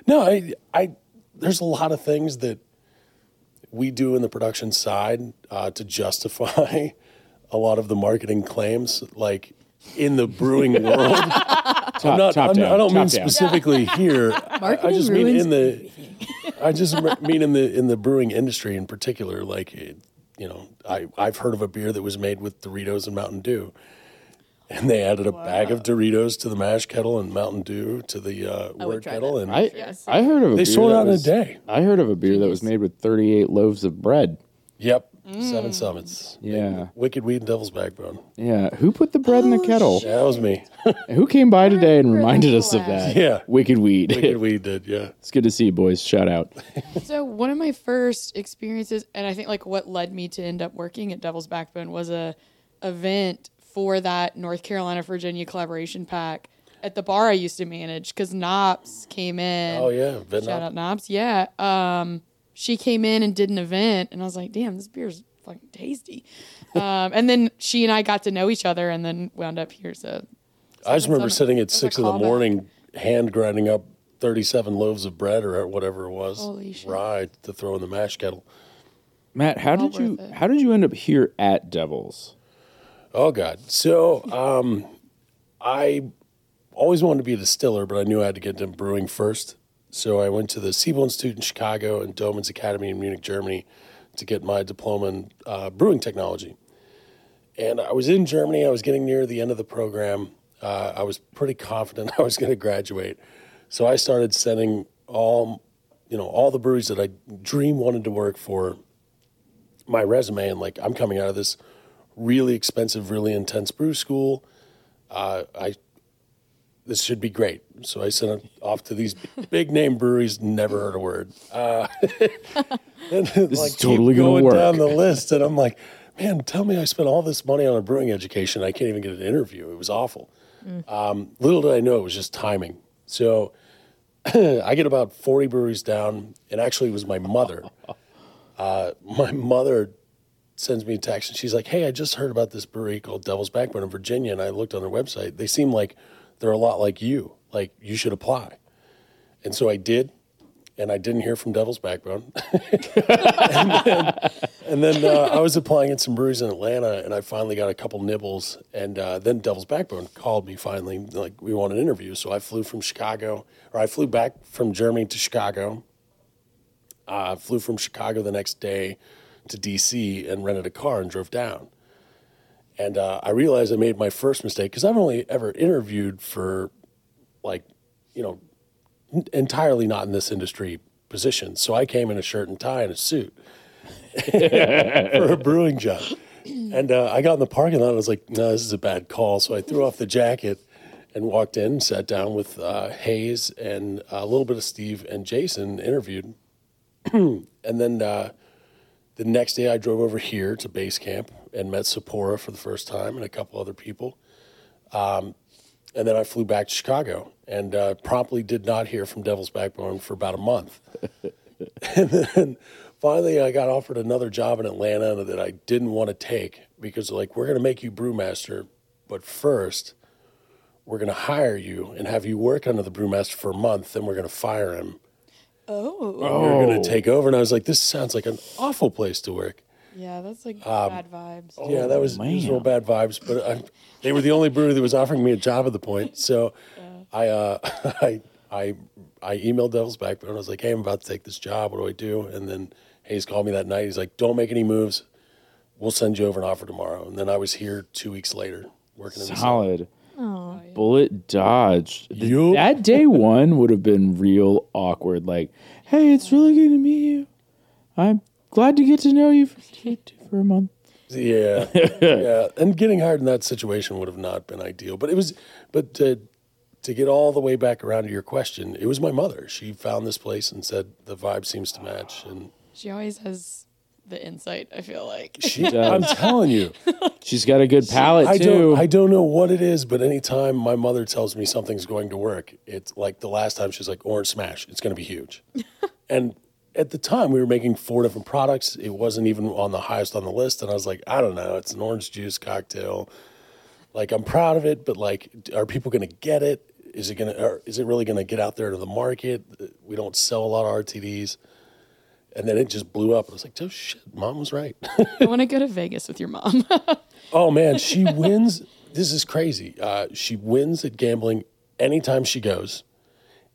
[SPEAKER 2] No, I, I, there's a lot of things that we do in the production side uh, to justify a lot of the marketing claims, like in the brewing world.
[SPEAKER 3] Top,
[SPEAKER 2] I'm not,
[SPEAKER 3] top
[SPEAKER 2] I'm-
[SPEAKER 3] down.
[SPEAKER 2] I don't
[SPEAKER 3] top
[SPEAKER 2] mean
[SPEAKER 3] down.
[SPEAKER 2] specifically here. I, I
[SPEAKER 1] Marketing
[SPEAKER 2] just mean
[SPEAKER 1] ruins
[SPEAKER 2] in the. I just m- mean in the in the brewing industry in particular. Like, it, you know, I I've heard of a beer that was made with Doritos and Mountain Dew, and they added a bag of Doritos to the mash kettle and Mountain Dew to the uh,
[SPEAKER 1] would
[SPEAKER 2] word
[SPEAKER 1] try
[SPEAKER 2] kettle,
[SPEAKER 1] that.
[SPEAKER 2] and
[SPEAKER 3] I
[SPEAKER 4] Yes.
[SPEAKER 3] I heard of a
[SPEAKER 2] They
[SPEAKER 3] beer
[SPEAKER 2] sold
[SPEAKER 3] that
[SPEAKER 2] out in a
[SPEAKER 3] was-
[SPEAKER 2] day.
[SPEAKER 3] I heard of a beer that was made with 38 loaves of bread.
[SPEAKER 2] Yep.
[SPEAKER 4] Mm.
[SPEAKER 2] Seven summits.
[SPEAKER 3] Yeah.
[SPEAKER 2] Wicked Weed and Devil's Backbone.
[SPEAKER 3] Yeah, who put the bread in
[SPEAKER 4] Oh,
[SPEAKER 3] the kettle?
[SPEAKER 2] Yeah, that was me.
[SPEAKER 3] Who came by today and reminded us of
[SPEAKER 4] Relax.
[SPEAKER 3] that?
[SPEAKER 2] Yeah.
[SPEAKER 3] Wicked Weed.
[SPEAKER 2] Wicked Weed did, yeah.
[SPEAKER 3] it's good to see you, boys. Shout out.
[SPEAKER 4] So one of my first experiences, and I think like what led me to end up working at Devil's Backbone was a event for that North Carolina Virginia collaboration pack at the bar I used to manage because Knops came in.
[SPEAKER 2] Oh, yeah.
[SPEAKER 4] Shout
[SPEAKER 2] Vietnam.
[SPEAKER 4] out Knobs. Yeah. Um, she came in and did an event, and I was like, damn, this beer's fucking tasty. um, and then she and I got to know each other and then wound up here. So
[SPEAKER 2] I just remember
[SPEAKER 4] That's a-
[SPEAKER 2] sitting at
[SPEAKER 4] that's a
[SPEAKER 2] six in the
[SPEAKER 4] callback.
[SPEAKER 2] morning, hand grinding up 37 loaves of bread or whatever it was.
[SPEAKER 4] Holy shit.
[SPEAKER 2] Rye to throw in the mash kettle.
[SPEAKER 3] Matt, how did
[SPEAKER 4] worth
[SPEAKER 3] you
[SPEAKER 4] it.
[SPEAKER 3] how did you end up here at Devils?
[SPEAKER 2] Oh, God. So um, I always wanted to be a distiller, but I knew I had to get into brewing first. So I went to the Siebel Institute in Chicago and Doman's Academy in Munich, Germany to get my diploma in uh, brewing technology. and I was in Germany. I was getting near the end of the program. Uh, I was pretty confident I was going to graduate, so I started sending all, you know, all the breweries that I dream wanted to work for. My resume and like I'm coming out of this really expensive, really intense brew school. Uh, I this should be great. So I sent it off to these big name breweries, never heard a word. Uh, and this
[SPEAKER 3] is totally gonna
[SPEAKER 2] going
[SPEAKER 3] work.
[SPEAKER 2] down the list, and I'm like, man, tell me I spent all this money on a brewing education. I can't even get an interview. It was awful. Um, little did I know it was just timing. So I get about 40 breweries down, and actually, it was my mother. Uh, my mother sends me a text and she's like, Hey, I just heard about this brewery called Devil's Backbone in Virginia. And I looked on their website. They seem like they're a lot like you. Like, you should apply. And so I did. And I didn't hear from Devil's Backbone. and then, and then uh, I was applying at some breweries in Atlanta, and I finally got a couple nibbles. And uh, then Devil's Backbone called me finally, like we want an interview. So I flew from Chicago, or I flew back from Germany to Chicago, I flew from Chicago the next day to DC and rented a car and drove down. And uh, I realized I made my first mistake because I've only ever interviewed for, like, you know, n- entirely not in this industry position. So I came in a shirt and tie and a suit for a brewing job. And uh, I got in the parking lot. and I was like, no, this is a bad call. So I threw off the jacket and walked in, sat down with uh, Hayes and a little bit of Steve and Jason, interviewed. And then uh, the next day, I drove over here to base camp and met Sephora for the first time and a couple other people. Um, and then I flew back to Chicago and uh, promptly did not hear from Devil's Backbone for about a month. and then finally, I got offered another job in Atlanta that I didn't want to take because, like, we're going to make you brewmaster, but first, we're going to hire you and have you work under the brewmaster for a month, then we're going to fire him
[SPEAKER 4] Oh.
[SPEAKER 2] we were going
[SPEAKER 3] Oh.
[SPEAKER 2] to take over. And I was like, this sounds like an awful place to work.
[SPEAKER 4] Yeah, that's like
[SPEAKER 2] Um,
[SPEAKER 4] bad vibes.
[SPEAKER 2] yeah, that was, it was
[SPEAKER 3] Oh, man.
[SPEAKER 2] real bad vibes. But I, they were the only brewery that was offering me a job at the point. So I, uh, I, I, I emailed Devil's Backbone. I was like, hey, I'm about to take this job. What do I do? And then Hayes called me that night. He's like, don't make any moves. We'll send you over an offer tomorrow. And then I was here two weeks later working in the
[SPEAKER 3] Solid.
[SPEAKER 1] Oh,
[SPEAKER 3] Bullet dodge. Th-
[SPEAKER 2] Yup.
[SPEAKER 3] That day one would have been real awkward. Like, hey, it's really good to meet you. I'm glad to get to know you for, for a month.
[SPEAKER 2] Yeah, yeah, and getting hired in that situation would have not been ideal. But it was, but to to get all the way back around to your question, it was my mother. She found this place and said the vibe seems to match, and
[SPEAKER 4] She always has the insight, I feel like.
[SPEAKER 2] she. I'm telling you,
[SPEAKER 3] She's got a good palate
[SPEAKER 2] I
[SPEAKER 3] too.
[SPEAKER 2] don't, I don't know what it is, but anytime my mother tells me something's going to work, it's like the last time she's like orange smash, it's going to be huge, and. At the time, we were making four different products. It wasn't even on the highest on the list, and I was like, I don't know. It's an orange juice cocktail. like I'm proud of it, but like, d- are people going to get it? Is it going to, is it really going to get out there to the market? Uh, We don't sell a lot of RTDs. And then it just blew up. I was like, oh shit, mom was right.
[SPEAKER 4] I want to go to Vegas with your mom.
[SPEAKER 2] oh man, she wins. This is crazy. Uh, she wins at gambling anytime she goes,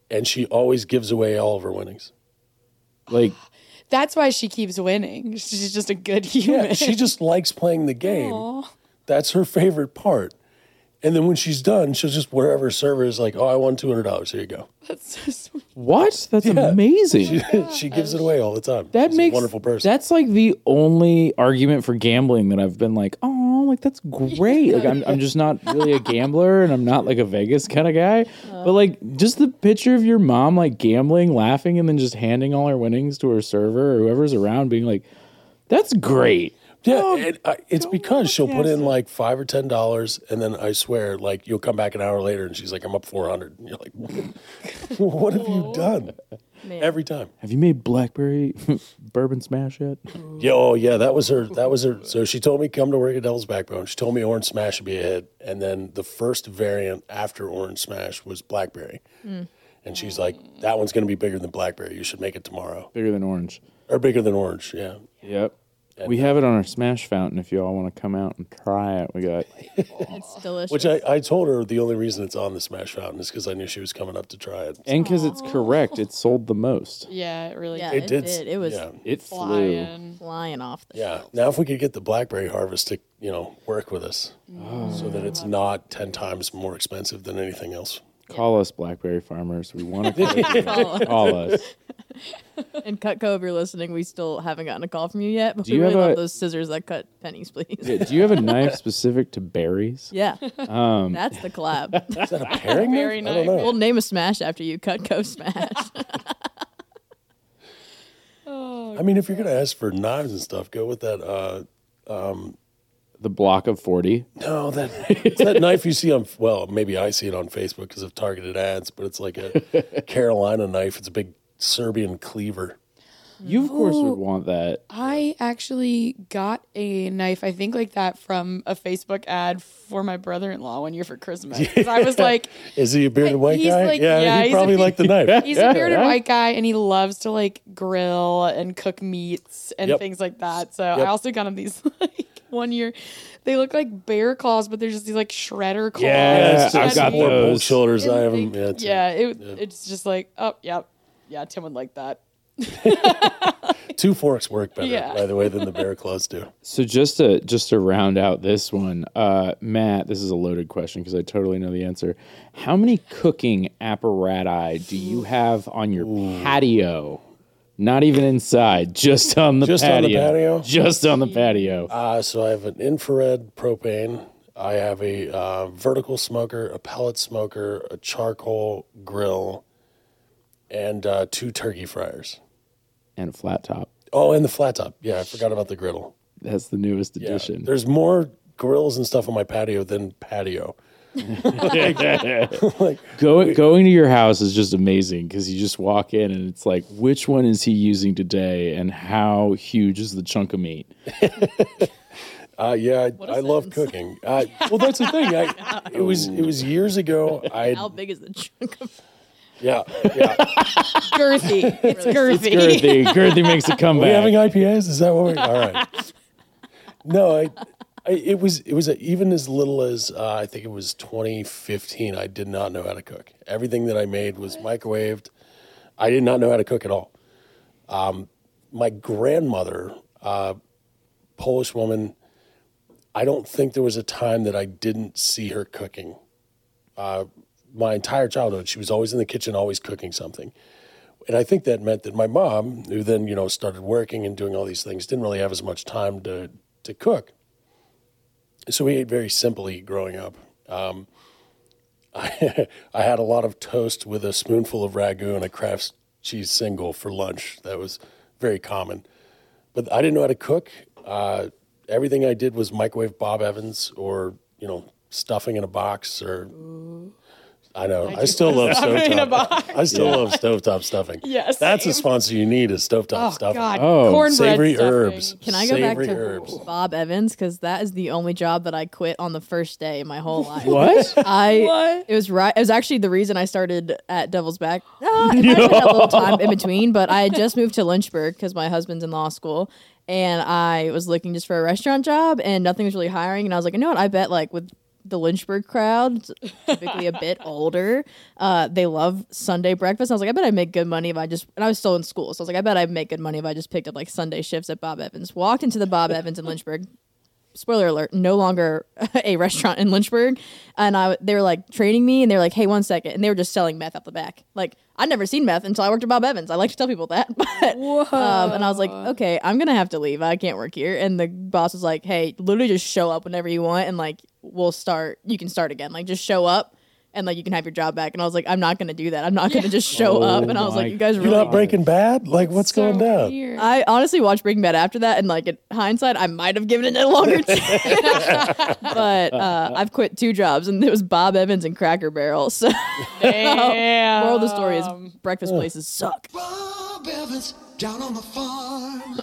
[SPEAKER 2] and she always gives away all of her winnings.
[SPEAKER 3] like
[SPEAKER 4] that's why she keeps winning. She's just a good human.
[SPEAKER 2] Yeah, she just likes playing the game.
[SPEAKER 4] Aw.
[SPEAKER 2] That's her favorite part. And then when she's done, she'll just whatever server is like, oh, I won two hundred dollars. Here you go.
[SPEAKER 4] That's so sweet.
[SPEAKER 3] what? That's amazing.
[SPEAKER 2] she gives it away all the time.
[SPEAKER 3] that
[SPEAKER 2] She's a
[SPEAKER 3] makes
[SPEAKER 2] wonderful person.
[SPEAKER 3] That's like the only argument for gambling that I've been like, oh, like that's great. Like I'm, I'm just not really a gambler and I'm not like a Vegas kind of guy. But like just the picture of your mom like gambling, laughing, and then just handing all her winnings to her server or whoever's around, being like, that's great.
[SPEAKER 2] yeah, and, uh, it's because she'll put
[SPEAKER 3] yes.
[SPEAKER 2] in like five or ten dollars, and then I swear, like you'll come back an hour later, and she's like, "I'm up 400. And you're like, "What have you done?"
[SPEAKER 1] Man.
[SPEAKER 2] Every time.
[SPEAKER 3] Have you made blackberry bourbon smash yet?
[SPEAKER 2] Yeah, oh yeah, that was her. That was her. So she told me come to work at Devil's Backbone. She told me Orange Smash would be a hit, and then the first variant after Orange Smash was Blackberry,
[SPEAKER 1] Hmm.
[SPEAKER 2] and she's like, "That one's going to be bigger than Blackberry. You should make it tomorrow,
[SPEAKER 3] Bigger than orange.
[SPEAKER 2] or bigger than Orange." Yeah,
[SPEAKER 3] Yep. We have it on our smash fountain if you all want to come out and try it. We got
[SPEAKER 1] It's delicious.
[SPEAKER 2] Which I, I told her the only reason it's on the Smash Fountain is because I knew she was coming up to try it.
[SPEAKER 3] and because it's correct, it sold the most.
[SPEAKER 4] Yeah, it really
[SPEAKER 1] Yeah,
[SPEAKER 4] did
[SPEAKER 1] it, did. It was
[SPEAKER 2] Yeah.
[SPEAKER 3] It flew.
[SPEAKER 4] flying.
[SPEAKER 1] flying off the
[SPEAKER 2] yeah. Now, if we could get the Blackberry Harvest to,
[SPEAKER 1] Mm.
[SPEAKER 2] you know, work with us so that it's not 10 times more expensive than anything else.
[SPEAKER 3] Call us, Blackberry Farmers. We want to call, call us.
[SPEAKER 1] And Cutco, if you're listening, we still haven't gotten a call from you yet. But
[SPEAKER 3] Do
[SPEAKER 1] we
[SPEAKER 3] you
[SPEAKER 1] really
[SPEAKER 3] have
[SPEAKER 1] love
[SPEAKER 3] a-
[SPEAKER 1] those scissors that cut pennies, please.
[SPEAKER 3] Yeah, do you have a knife specific to berries?
[SPEAKER 1] Yeah, that's the collab.
[SPEAKER 2] Is that a pairing knife?
[SPEAKER 4] Very
[SPEAKER 2] I don't
[SPEAKER 4] nice.
[SPEAKER 1] we'll
[SPEAKER 2] know.
[SPEAKER 1] name a smash after you, Cutco Smash.
[SPEAKER 2] I mean, if you're gonna ask for knives and stuff, go with that. Uh,
[SPEAKER 3] The block of 40.
[SPEAKER 2] no, that it's that knife you see on. Well, maybe I see it on Facebook because of targeted ads, but it's like a Carolina knife. It's a big Serbian cleaver.
[SPEAKER 3] You, of course, would want that.
[SPEAKER 4] I actually got a knife, I think like that from a Facebook ad for my brother-in-law one year for Christmas. 'Cause I was like,
[SPEAKER 2] Is he a bearded white
[SPEAKER 4] he's
[SPEAKER 2] guy?
[SPEAKER 4] like-
[SPEAKER 2] yeah,
[SPEAKER 4] yeah,
[SPEAKER 2] he
[SPEAKER 4] he's a
[SPEAKER 2] probably
[SPEAKER 4] big-
[SPEAKER 2] liked the knife.
[SPEAKER 4] he's a bearded
[SPEAKER 3] right?
[SPEAKER 4] white guy and he loves to like grill and cook meats and
[SPEAKER 2] Yep.
[SPEAKER 4] things like that. So I
[SPEAKER 2] Yep.
[SPEAKER 4] also got him these like one year. They look like bear claws, but they're just these like shredder claws.
[SPEAKER 3] Yeah,
[SPEAKER 2] it's-
[SPEAKER 4] I've
[SPEAKER 2] it's
[SPEAKER 4] got
[SPEAKER 2] more
[SPEAKER 3] those.
[SPEAKER 2] bolt shoulders. I have
[SPEAKER 4] Like,
[SPEAKER 2] them. Yeah, it's-
[SPEAKER 4] yeah, it, it's just like, oh, yeah, yeah, Tim would like that.
[SPEAKER 2] two forks work better,
[SPEAKER 4] Yeah.
[SPEAKER 2] by the way, than the bear claws do.
[SPEAKER 3] So just to just to round out this one, uh, Matt, this is a loaded question because I totally know the answer. How many cooking apparatus do you have on your patio? Not even inside, just on the
[SPEAKER 2] Just on the
[SPEAKER 3] patio.
[SPEAKER 2] patio?
[SPEAKER 3] Just on the patio.
[SPEAKER 2] Uh, so I have an infrared propane. I have a uh, vertical smoker, a pellet smoker, a charcoal grill, and uh, two turkey fryers.
[SPEAKER 3] and a flat top.
[SPEAKER 2] Oh, and the flat top. Yeah, I forgot about the griddle.
[SPEAKER 3] That's the newest
[SPEAKER 2] Yeah.
[SPEAKER 3] addition.
[SPEAKER 2] There's more grills and stuff on my patio than patio.
[SPEAKER 3] Go, going to your house is just amazing because you just walk in and it's like, which one is he using today, and how huge is the chunk of meat?
[SPEAKER 2] Uh, yeah, I, I love cooking. Uh, well, that's the thing. I, it was it was years ago. I
[SPEAKER 1] How big is the chunk of
[SPEAKER 2] yeah yeah.
[SPEAKER 4] Girthy. It's girthy.
[SPEAKER 3] Girthy, Girthy makes a
[SPEAKER 2] Are we having
[SPEAKER 3] comeback.
[SPEAKER 2] IPAs? Is that what we're all right? No, I, I it was it was even as little as uh, I think it was 2015. I did not know how to cook. Everything that I made was microwaved. I did not know how to cook at all. Um, my grandmother, uh, Polish woman. I don't think there was a time that I didn't see her cooking. Uh, my entire childhood, she was always in the kitchen, always cooking something and I think that meant that my mom, who then you know started working and doing all these things, didn't really have as much time to to cook. So we ate very simply growing up. Um, I, I had a lot of toast with a spoonful of ragu and a Kraft cheese single for lunch. That was very common. But I didn't know how to cook. Uh, everything I did was microwave Bob Evans or you know stuffing in a box or. I know. I, still love stovetop.
[SPEAKER 4] in a box.
[SPEAKER 2] I still love stovetop stuffing.
[SPEAKER 4] Yes,
[SPEAKER 2] That's a
[SPEAKER 4] same.
[SPEAKER 2] sponsor you need is stovetop
[SPEAKER 4] Oh,
[SPEAKER 2] stuffing.
[SPEAKER 4] God.
[SPEAKER 3] Oh.
[SPEAKER 4] Cornbread
[SPEAKER 2] Savory
[SPEAKER 4] stuffing.
[SPEAKER 2] herbs.
[SPEAKER 1] Can I go back
[SPEAKER 2] Savory
[SPEAKER 1] to
[SPEAKER 2] herbs.
[SPEAKER 1] Bob Evans? Because that is the only job that I quit on the first day in my whole life.
[SPEAKER 3] What?
[SPEAKER 1] I
[SPEAKER 4] What?
[SPEAKER 1] it was right. It was actually the reason I started at Devil's Back. Ah, it might have been a little time in between, but I had just moved to Lynchburg because my husband's in law school, and I was looking just for a restaurant job, and nothing was really hiring. And I was like, you know what? I bet like with the Lynchburg crowd, it's typically a bit older, uh, they love Sunday breakfast. I was like, I bet I make good money if I just. And I was still in school, so I was like, I bet I make good money if I just picked up like Sunday shifts at Bob Evans. Walked into the Bob Evans in Lynchburg, spoiler alert, no longer a restaurant in Lynchburg. And I, they were like training me, and they were like, "Hey, one second. and they were just selling meth out the back. Like I'd never seen meth until I worked at Bob Evans. I like to tell people that, but um, and I was like, "Okay, I'm gonna have to leave. I can't work here." And the boss was like, "Hey, literally just show up whenever you want, and like we'll start. You can start again. Like just show up." And like you can have your job back, and I was like, I'm not gonna do that. I'm not gonna just show
[SPEAKER 3] Oh
[SPEAKER 1] up. And I was
[SPEAKER 3] my
[SPEAKER 1] like, you guys
[SPEAKER 2] You're
[SPEAKER 1] really
[SPEAKER 2] not Breaking Bad? Like, what's going down?
[SPEAKER 1] I honestly watched Breaking Bad after that, and like in hindsight, I might have given it a longer chance. but uh, I've quit two jobs, and it was Bob Evans and Cracker Barrel. So,
[SPEAKER 4] Damn.
[SPEAKER 1] moral of the story is breakfast places suck.
[SPEAKER 5] Bob Evans down on the farm.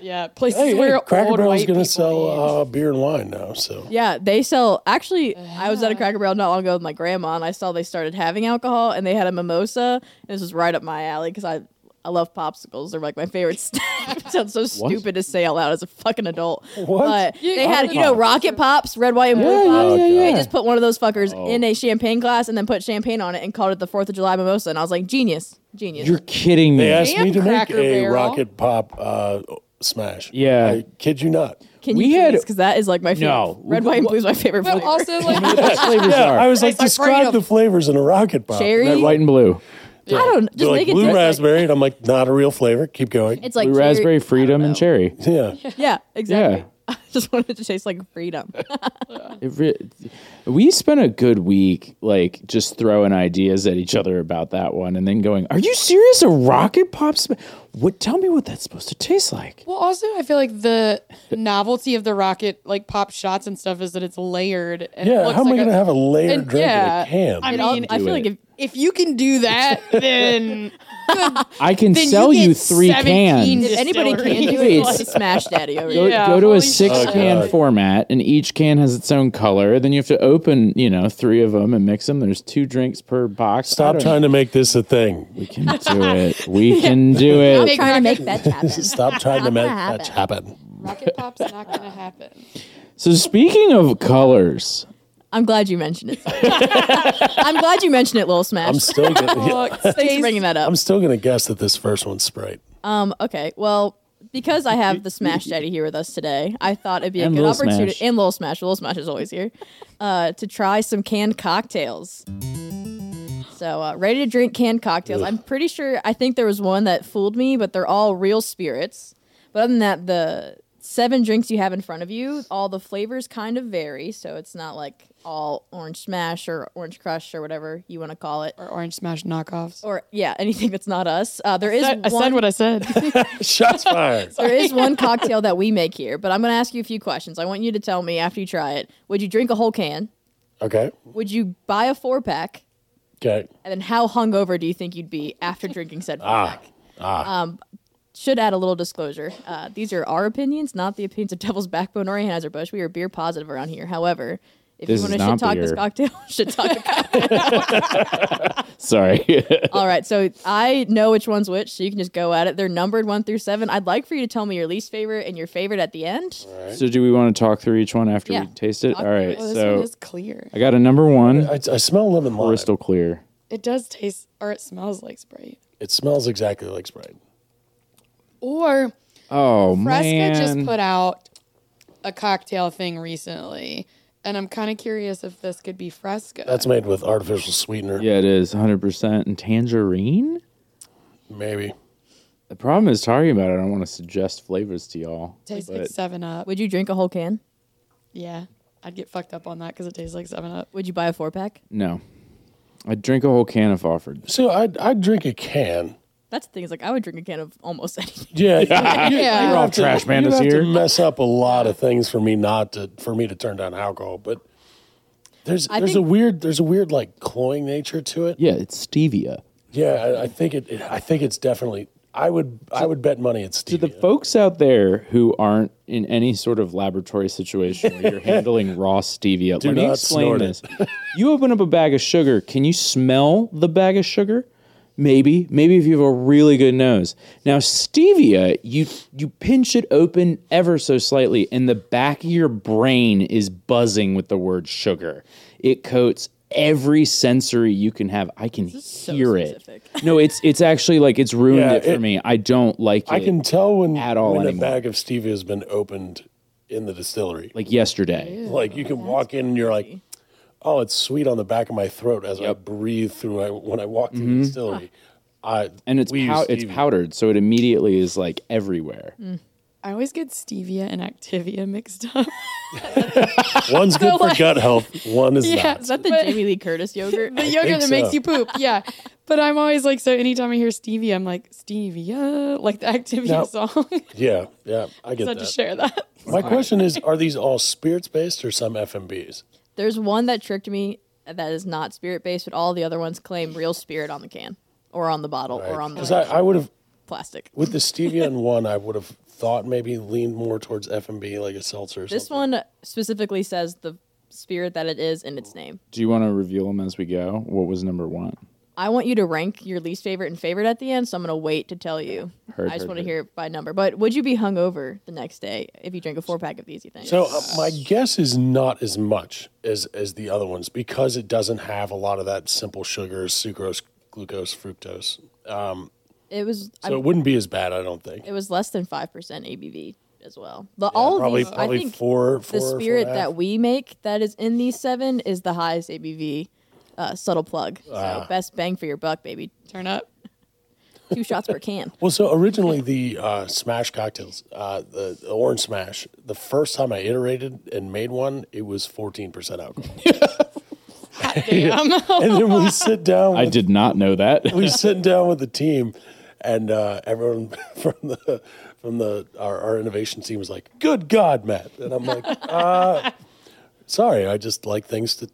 [SPEAKER 4] yeah, places
[SPEAKER 2] Hey,
[SPEAKER 4] where
[SPEAKER 2] hey, Cracker
[SPEAKER 4] old
[SPEAKER 2] Barrel's
[SPEAKER 4] white
[SPEAKER 2] going
[SPEAKER 4] people
[SPEAKER 2] to sell
[SPEAKER 4] eat.
[SPEAKER 2] uh, beer and wine now. So
[SPEAKER 1] Yeah, they sell. Actually, I was at a Cracker Barrel not long ago with my grandma, and I saw they started having alcohol, and they had a mimosa. And this was right up my alley because I. I love popsicles. They're like my favorite snack. It sounds so stupid to say out loud as a fucking adult.
[SPEAKER 2] What?
[SPEAKER 1] But
[SPEAKER 4] Yeah,
[SPEAKER 1] they had, you know,
[SPEAKER 3] Pops.
[SPEAKER 1] rocket pops, red, white, and blue pops.
[SPEAKER 2] Oh, God.
[SPEAKER 1] They just put one of those fuckers
[SPEAKER 3] Oh.
[SPEAKER 1] in a champagne glass and then put champagne on it and called it the Fourth of July mimosa. And I was like, genius, genius.
[SPEAKER 3] You're kidding me.
[SPEAKER 2] they asked
[SPEAKER 4] Damn
[SPEAKER 2] me to make
[SPEAKER 4] Cracker
[SPEAKER 2] a
[SPEAKER 4] Barrel.
[SPEAKER 2] rocket pop uh, smash.
[SPEAKER 3] Yeah.
[SPEAKER 2] I kid you not.
[SPEAKER 1] Can
[SPEAKER 3] We
[SPEAKER 1] you
[SPEAKER 3] had-
[SPEAKER 1] because that is like my favorite.
[SPEAKER 3] No.
[SPEAKER 1] Red, white, and blue is my favorite.
[SPEAKER 4] But
[SPEAKER 1] flavor.
[SPEAKER 4] also, like,
[SPEAKER 3] Those flavors are.
[SPEAKER 2] I was like,
[SPEAKER 4] It's like
[SPEAKER 2] describe
[SPEAKER 4] burning
[SPEAKER 2] the
[SPEAKER 4] up-
[SPEAKER 2] flavors in a rocket pop.
[SPEAKER 1] Cherry?
[SPEAKER 3] Red, white, and blue.
[SPEAKER 1] I don't
[SPEAKER 2] They're
[SPEAKER 1] just
[SPEAKER 2] like
[SPEAKER 1] make it
[SPEAKER 2] blue
[SPEAKER 1] taste like-
[SPEAKER 2] raspberry, and I'm like, not a real flavor. Keep going.
[SPEAKER 1] It's like
[SPEAKER 3] Blue
[SPEAKER 1] cherry-
[SPEAKER 3] raspberry, freedom,
[SPEAKER 1] know.
[SPEAKER 3] and cherry.
[SPEAKER 2] yeah.
[SPEAKER 1] Yeah, exactly.
[SPEAKER 3] Yeah.
[SPEAKER 1] I just wanted it to taste like freedom.
[SPEAKER 3] It re- we spent a good week, like just throwing ideas at each other about that one, and then going, "Are you serious? A rocket pop? Sm- what? Tell me what that's supposed to taste like."
[SPEAKER 4] well, also, I feel like the novelty of the rocket, like pop shots and stuff, is that it's layered. And it
[SPEAKER 2] Yeah.
[SPEAKER 4] looks
[SPEAKER 2] How am I
[SPEAKER 4] like
[SPEAKER 2] going
[SPEAKER 4] a-
[SPEAKER 2] to have a layered
[SPEAKER 4] and-
[SPEAKER 2] drink
[SPEAKER 4] yeah,
[SPEAKER 2] in a can?
[SPEAKER 4] I
[SPEAKER 1] It
[SPEAKER 4] mean,
[SPEAKER 1] all-
[SPEAKER 4] do
[SPEAKER 1] I feel
[SPEAKER 3] it.
[SPEAKER 1] like if
[SPEAKER 4] If you can do that, then
[SPEAKER 3] I can
[SPEAKER 4] Then you
[SPEAKER 3] sell you,
[SPEAKER 4] get
[SPEAKER 3] three
[SPEAKER 4] 17
[SPEAKER 3] cans.
[SPEAKER 1] if anybody can do it,
[SPEAKER 3] Distillery.
[SPEAKER 1] it's a smash daddy over
[SPEAKER 3] Go,
[SPEAKER 1] here.
[SPEAKER 4] Yeah,
[SPEAKER 3] go to
[SPEAKER 4] holy
[SPEAKER 3] a six
[SPEAKER 4] shit.
[SPEAKER 3] can
[SPEAKER 2] Okay.
[SPEAKER 3] format, and each can has its own color. Then you have to open, you know, three of them and mix them. There's two drinks per box. I
[SPEAKER 2] Stop
[SPEAKER 3] don't
[SPEAKER 2] trying to make this a thing.
[SPEAKER 3] know. We can do it. We can do it.
[SPEAKER 4] Big
[SPEAKER 1] Trying to
[SPEAKER 4] rocket-
[SPEAKER 1] make that happen.
[SPEAKER 2] Stop trying to make
[SPEAKER 1] happen.
[SPEAKER 2] that happen.
[SPEAKER 4] rocket pop's not going to happen.
[SPEAKER 3] So speaking of colors,
[SPEAKER 1] I'm glad you mentioned it. I'm glad you mentioned it, Lil Smash.
[SPEAKER 2] I'm still. Gonna, yeah,
[SPEAKER 1] Thanks for bringing that up.
[SPEAKER 2] I'm still going to guess that this first one's Sprite.
[SPEAKER 1] Um, okay, well, because I have the Smash Daddy here with us today, I thought it'd be a
[SPEAKER 3] And
[SPEAKER 1] good
[SPEAKER 3] Lil
[SPEAKER 1] opportunity
[SPEAKER 3] Smash.
[SPEAKER 1] and Lil Smash, Lil Smash is always here, uh, to try some canned cocktails. So uh, ready to drink canned cocktails. I'm pretty sure. I think there was one that fooled me, but they're all real spirits. But other than that, the seven drinks you have in front of you, all the flavors kind of vary. So it's not like all orange smash or orange crush or whatever you want to call it.
[SPEAKER 4] Or orange smash knockoffs.
[SPEAKER 1] Or yeah, anything that's not us. Uh, there is
[SPEAKER 4] I, I
[SPEAKER 1] one
[SPEAKER 4] said what I said.
[SPEAKER 2] Shots fired.
[SPEAKER 1] there is one cocktail that we make here, but I'm going to ask you a few questions. I want you to tell me after you try it would you drink a whole can?
[SPEAKER 2] Okay.
[SPEAKER 1] Would you buy a four pack?
[SPEAKER 2] Okay.
[SPEAKER 1] And then how hungover do you think you'd be after drinking said four
[SPEAKER 3] Ah,
[SPEAKER 1] pack? Um, should add a little disclosure. Uh, these are our opinions, not the opinions of Devil's Backbone or Anheuser-Busch. We are beer positive around here. However, if
[SPEAKER 3] This
[SPEAKER 1] you want
[SPEAKER 3] is
[SPEAKER 1] to
[SPEAKER 3] not
[SPEAKER 1] shit talk this
[SPEAKER 3] beer.
[SPEAKER 1] cocktail, shit talk the cocktail.
[SPEAKER 3] sorry.
[SPEAKER 1] All right, so I know which one's which, so you can just go at it. They're numbered one through seven. I'd like for you to tell me your least favorite and your favorite at the end.
[SPEAKER 3] So do we want to talk through each one after
[SPEAKER 1] Yeah.
[SPEAKER 3] we taste it?
[SPEAKER 1] Talk
[SPEAKER 3] All
[SPEAKER 1] through
[SPEAKER 3] right.
[SPEAKER 1] it.
[SPEAKER 4] Oh, this one
[SPEAKER 3] so
[SPEAKER 4] is clear.
[SPEAKER 3] I got a number one,
[SPEAKER 2] I, I smell lemon lime.
[SPEAKER 3] crystal clear.
[SPEAKER 4] It does taste, or it smells like Sprite.
[SPEAKER 2] It smells exactly like Sprite.
[SPEAKER 4] Or
[SPEAKER 3] Oh
[SPEAKER 4] Fresca
[SPEAKER 3] man.
[SPEAKER 4] just put out a cocktail thing recently, and I'm kind of curious if this could be Fresca.
[SPEAKER 2] That's made with artificial sweetener.
[SPEAKER 3] yeah, it is 100% and tangerine.
[SPEAKER 2] Maybe.
[SPEAKER 3] The problem is talking about it. I don't want to suggest flavors to y'all.
[SPEAKER 4] tastes
[SPEAKER 3] but
[SPEAKER 4] like Seven Up.
[SPEAKER 1] Would you drink a whole can?
[SPEAKER 4] Yeah, I'd get fucked up on that because it tastes like Seven Up.
[SPEAKER 1] Would you buy a four pack?
[SPEAKER 3] no. I'd drink a whole can if offered.
[SPEAKER 2] So I'd, I'd drink a can.
[SPEAKER 1] That's the thing. Is like I would drink a can of almost anything.
[SPEAKER 2] Yeah, yeah. You,
[SPEAKER 4] Yeah.
[SPEAKER 2] you
[SPEAKER 4] We're
[SPEAKER 3] all
[SPEAKER 2] have to-
[SPEAKER 3] trash man
[SPEAKER 2] you
[SPEAKER 3] is
[SPEAKER 2] have
[SPEAKER 3] here.
[SPEAKER 2] To mess up a lot of things for me not to for me to turn down alcohol, but there's
[SPEAKER 1] I
[SPEAKER 2] there's a
[SPEAKER 1] think-
[SPEAKER 2] weird there's a weird like cloying nature to it.
[SPEAKER 3] Yeah, it's stevia.
[SPEAKER 2] Yeah, I, I think it, it- I think it's definitely. I would I would bet money it's
[SPEAKER 3] To
[SPEAKER 2] stevia.
[SPEAKER 3] the folks out there who aren't in any sort of laboratory situation where you're handling raw stevia, let me
[SPEAKER 2] not
[SPEAKER 3] explain
[SPEAKER 2] snort
[SPEAKER 3] this. you open up a bag of sugar. Can you smell the bag of sugar? Maybe, maybe if you have a really good nose. Now stevia, you you pinch it open ever so slightly, and the back of your brain is buzzing with the word sugar. It coats every sensory you can have. I can hear
[SPEAKER 1] specific.
[SPEAKER 3] it. No, it's it's actually like it's ruined
[SPEAKER 2] Yeah,
[SPEAKER 3] it for
[SPEAKER 2] it-
[SPEAKER 3] me. I don't like
[SPEAKER 2] I
[SPEAKER 3] it
[SPEAKER 2] can tell when
[SPEAKER 3] At all
[SPEAKER 2] when a
[SPEAKER 3] anymore.
[SPEAKER 2] bag of stevia has been opened in the distillery.
[SPEAKER 3] like yesterday.
[SPEAKER 2] Like you can walk in and you're like, oh, it's sweet on the back of my throat as I breathe through. I, when I walk through the distillery,
[SPEAKER 1] Ah.
[SPEAKER 2] I
[SPEAKER 3] And it's
[SPEAKER 2] we
[SPEAKER 3] pow-
[SPEAKER 2] use
[SPEAKER 3] it's
[SPEAKER 2] stevia.
[SPEAKER 3] powdered, so it immediately is like everywhere.
[SPEAKER 4] I always get stevia and Activia mixed up.
[SPEAKER 2] One's good for
[SPEAKER 4] like-
[SPEAKER 2] gut health. One is
[SPEAKER 4] yeah,
[SPEAKER 2] not.
[SPEAKER 1] Is that the
[SPEAKER 4] but-
[SPEAKER 1] Jamie Lee Curtis yogurt?
[SPEAKER 4] the yogurt
[SPEAKER 2] think
[SPEAKER 4] that makes
[SPEAKER 2] so.
[SPEAKER 4] you poop. Yeah. But I'm always like, so anytime I hear stevia, I'm like, stevia, like the Activia
[SPEAKER 2] No.
[SPEAKER 4] song.
[SPEAKER 2] Yeah, yeah, I get
[SPEAKER 4] so
[SPEAKER 2] that.
[SPEAKER 4] to share that.
[SPEAKER 2] My question is, are these all spirits based or some FMBs?
[SPEAKER 1] There's one that tricked me that is not spirit based, but all the other ones claim real spirit on the can or on the bottle or on
[SPEAKER 2] Because
[SPEAKER 1] the
[SPEAKER 2] I, I would have
[SPEAKER 1] plastic.
[SPEAKER 2] with the stevia in one, I would have thought maybe leaned more towards FMB like a seltzer. Or
[SPEAKER 1] This
[SPEAKER 2] something.
[SPEAKER 1] one specifically says the spirit that it is in its name.
[SPEAKER 3] Do you want to reveal them as we go? What was number one?
[SPEAKER 1] I want you to rank your least favorite and favorite at the end, so I'm gonna wait to tell you.
[SPEAKER 3] Heard,
[SPEAKER 1] I just
[SPEAKER 3] heard,
[SPEAKER 1] want to
[SPEAKER 3] heard.
[SPEAKER 1] hear it by number. But would you be hungover the next day if you drink a four pack of these? You think?
[SPEAKER 2] So uh, my guess is not as much as as the other ones because it doesn't have a lot of that simple sugars, sucrose, glucose, fructose.
[SPEAKER 1] it was. I-
[SPEAKER 2] So it wouldn't be as bad, I don't think.
[SPEAKER 1] it was less than five percent ABV as well. The, all of
[SPEAKER 2] probably
[SPEAKER 1] these,
[SPEAKER 2] probably
[SPEAKER 1] I think
[SPEAKER 2] four,
[SPEAKER 1] the
[SPEAKER 2] four, four and a
[SPEAKER 1] spirit
[SPEAKER 2] half.
[SPEAKER 1] that we make that is in these seven is the highest ABV. Uh, subtle plug. So best bang for your buck, baby.
[SPEAKER 4] Turn up.
[SPEAKER 1] Two shots per can.
[SPEAKER 2] Well, so originally the uh, Smash cocktails, uh, the, the Orange Smash, the first time I iterated and made one, it was 14% alcohol. and then we sit down.
[SPEAKER 3] I
[SPEAKER 2] with-
[SPEAKER 3] did not know that.
[SPEAKER 2] we sit down with the team, and uh, everyone from the from the our, our innovation team was like, "Good God, Matt!" And I'm like, uh, "Sorry, I just like things to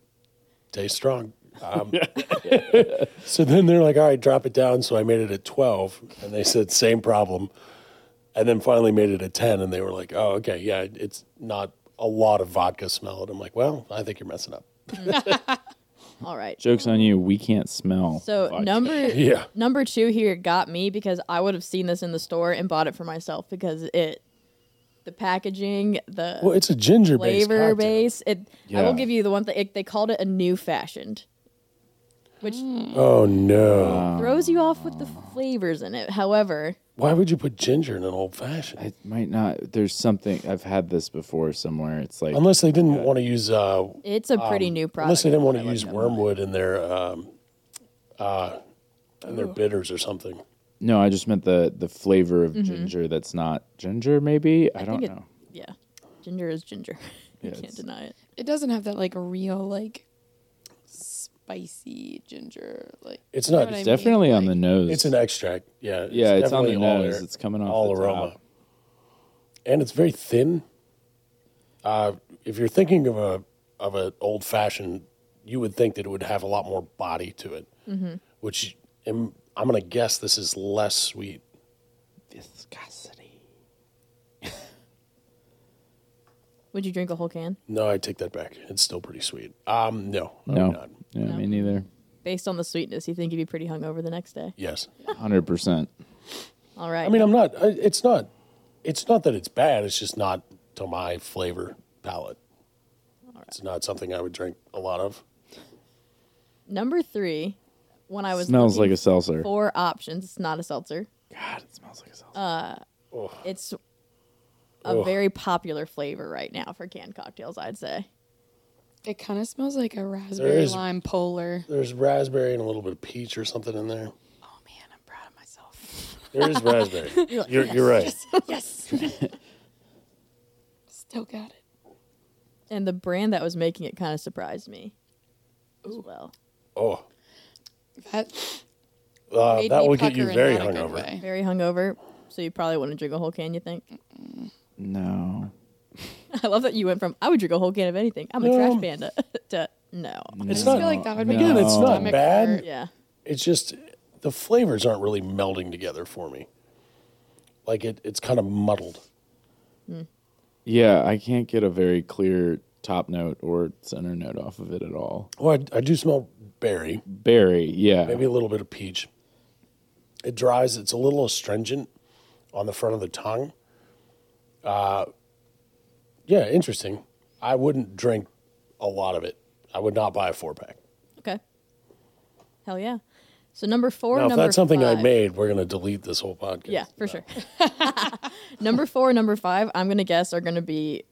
[SPEAKER 2] taste strong." Um, so then they're like, "All right, drop it down." So I made it at twelve, and they said, "Same problem." And then finally made it at ten, and they were like, "Oh, okay, yeah, it's not a lot of vodka smell." And I'm like, "Well, I think you're messing up."
[SPEAKER 1] All right.
[SPEAKER 3] Joke's on you. We can't smell.
[SPEAKER 1] So
[SPEAKER 3] vodka.
[SPEAKER 1] number
[SPEAKER 2] Yeah.
[SPEAKER 1] number two here got me because I would have seen this in the store and bought it for myself because it, the packaging, the
[SPEAKER 2] Well, it's a ginger
[SPEAKER 1] flavor base. It. I
[SPEAKER 3] Yeah.
[SPEAKER 1] will give you the one thing. It, they called it a new fashioned, which
[SPEAKER 2] Oh no!
[SPEAKER 1] throws you off with the flavors in it. However,
[SPEAKER 2] Why would you put ginger in an old fashioned?
[SPEAKER 3] it might not. There's something I've had this before somewhere. It's like
[SPEAKER 2] Unless they didn't want to use, uh,
[SPEAKER 1] it's a pretty new
[SPEAKER 2] unless
[SPEAKER 1] product.
[SPEAKER 2] they didn't want to use wormwood in their, um, uh, in their bitters or something.
[SPEAKER 3] no, I just meant the the flavor of ginger. That's not ginger. Maybe I, don't
[SPEAKER 1] think it-
[SPEAKER 3] know.
[SPEAKER 1] Yeah, ginger is ginger. you
[SPEAKER 3] Yeah,
[SPEAKER 1] can't
[SPEAKER 3] it's-
[SPEAKER 1] deny it.
[SPEAKER 4] It doesn't have that like real like spicy ginger like.
[SPEAKER 2] It's
[SPEAKER 4] you know
[SPEAKER 2] not-
[SPEAKER 4] what I mean?
[SPEAKER 3] Definitely on the
[SPEAKER 4] Like,
[SPEAKER 3] nose.
[SPEAKER 2] It's an extract. Yeah.
[SPEAKER 3] yeah. It's, on the
[SPEAKER 2] definitely all
[SPEAKER 3] nose.
[SPEAKER 2] air-
[SPEAKER 3] It's coming off
[SPEAKER 2] all
[SPEAKER 3] the
[SPEAKER 2] aroma,
[SPEAKER 3] top.
[SPEAKER 2] and it's very thin. Uh, if you're thinking of a of an old fashioned, you would think that it would have a lot more body to it,
[SPEAKER 4] Mm-hmm.
[SPEAKER 2] which am, I'm going to guess this is less sweet.
[SPEAKER 3] Viscosity.
[SPEAKER 1] Would you drink a whole can?
[SPEAKER 2] No, I take that back. It's still pretty sweet. Um, no, I would
[SPEAKER 3] No.
[SPEAKER 2] not.
[SPEAKER 3] Yeah, me neither.
[SPEAKER 1] Based on the sweetness, you think you'd be pretty hungover the next day.
[SPEAKER 2] Yes.
[SPEAKER 3] Hundred percent.
[SPEAKER 1] All right.
[SPEAKER 2] I mean, I'm not. I- It's not. It's not that it's bad. It's just not to my flavor palate. It's not something I would drink a lot of.
[SPEAKER 1] Number three, when I was
[SPEAKER 3] Smells like
[SPEAKER 1] looking
[SPEAKER 3] a seltzer.
[SPEAKER 1] four options, it's not a seltzer.
[SPEAKER 3] God, it smells like a seltzer.
[SPEAKER 1] It's a
[SPEAKER 2] Ugh.
[SPEAKER 1] very popular flavor right now for canned cocktails. I'd say.
[SPEAKER 4] It kind of smells like a raspberry
[SPEAKER 2] is-
[SPEAKER 4] lime polar.
[SPEAKER 2] There's raspberry and a little bit of peach or something in there.
[SPEAKER 4] Oh man, I'm proud of myself.
[SPEAKER 2] There is raspberry. you're, you're right.
[SPEAKER 4] yes. Still got it.
[SPEAKER 1] and the brand that was making it kind of surprised me as well.
[SPEAKER 2] Oh,
[SPEAKER 4] That
[SPEAKER 2] uh,
[SPEAKER 4] made
[SPEAKER 2] that
[SPEAKER 4] me
[SPEAKER 2] will get
[SPEAKER 4] pucker
[SPEAKER 2] you
[SPEAKER 4] in
[SPEAKER 2] very
[SPEAKER 4] not a good
[SPEAKER 2] hungover.
[SPEAKER 4] way.
[SPEAKER 1] Very hungover, so you probably wouldn't drink a whole can. You think?
[SPEAKER 3] No,
[SPEAKER 1] I love that you went from I would drink a whole can of anything. I'm a
[SPEAKER 2] No.
[SPEAKER 1] trash panda to no.
[SPEAKER 2] It's
[SPEAKER 4] I
[SPEAKER 2] not.
[SPEAKER 4] feel like that would make
[SPEAKER 2] again,
[SPEAKER 4] my
[SPEAKER 2] it's not
[SPEAKER 4] stomach
[SPEAKER 2] bad.
[SPEAKER 4] hurt.
[SPEAKER 1] Yeah,
[SPEAKER 2] It's just the flavors aren't really melding together for me. Like it, it's kind of muddled.
[SPEAKER 3] Yeah, I can't get a very clear top note or center note off of it at all.
[SPEAKER 2] Well, I, I do smell berry.
[SPEAKER 3] Berry, yeah.
[SPEAKER 2] maybe a little bit of peach. It dries. It's a little astringent on the front of the tongue. Uh, yeah, interesting. I wouldn't drink a lot of it. I would not buy a four pack.
[SPEAKER 1] okay. Hell yeah. So number four.
[SPEAKER 2] Now, if
[SPEAKER 1] number
[SPEAKER 2] that's something I
[SPEAKER 1] five-
[SPEAKER 2] made, we're going to delete this whole podcast.
[SPEAKER 1] Yeah, for sure. number four, number five, I'm gonna guess are gonna be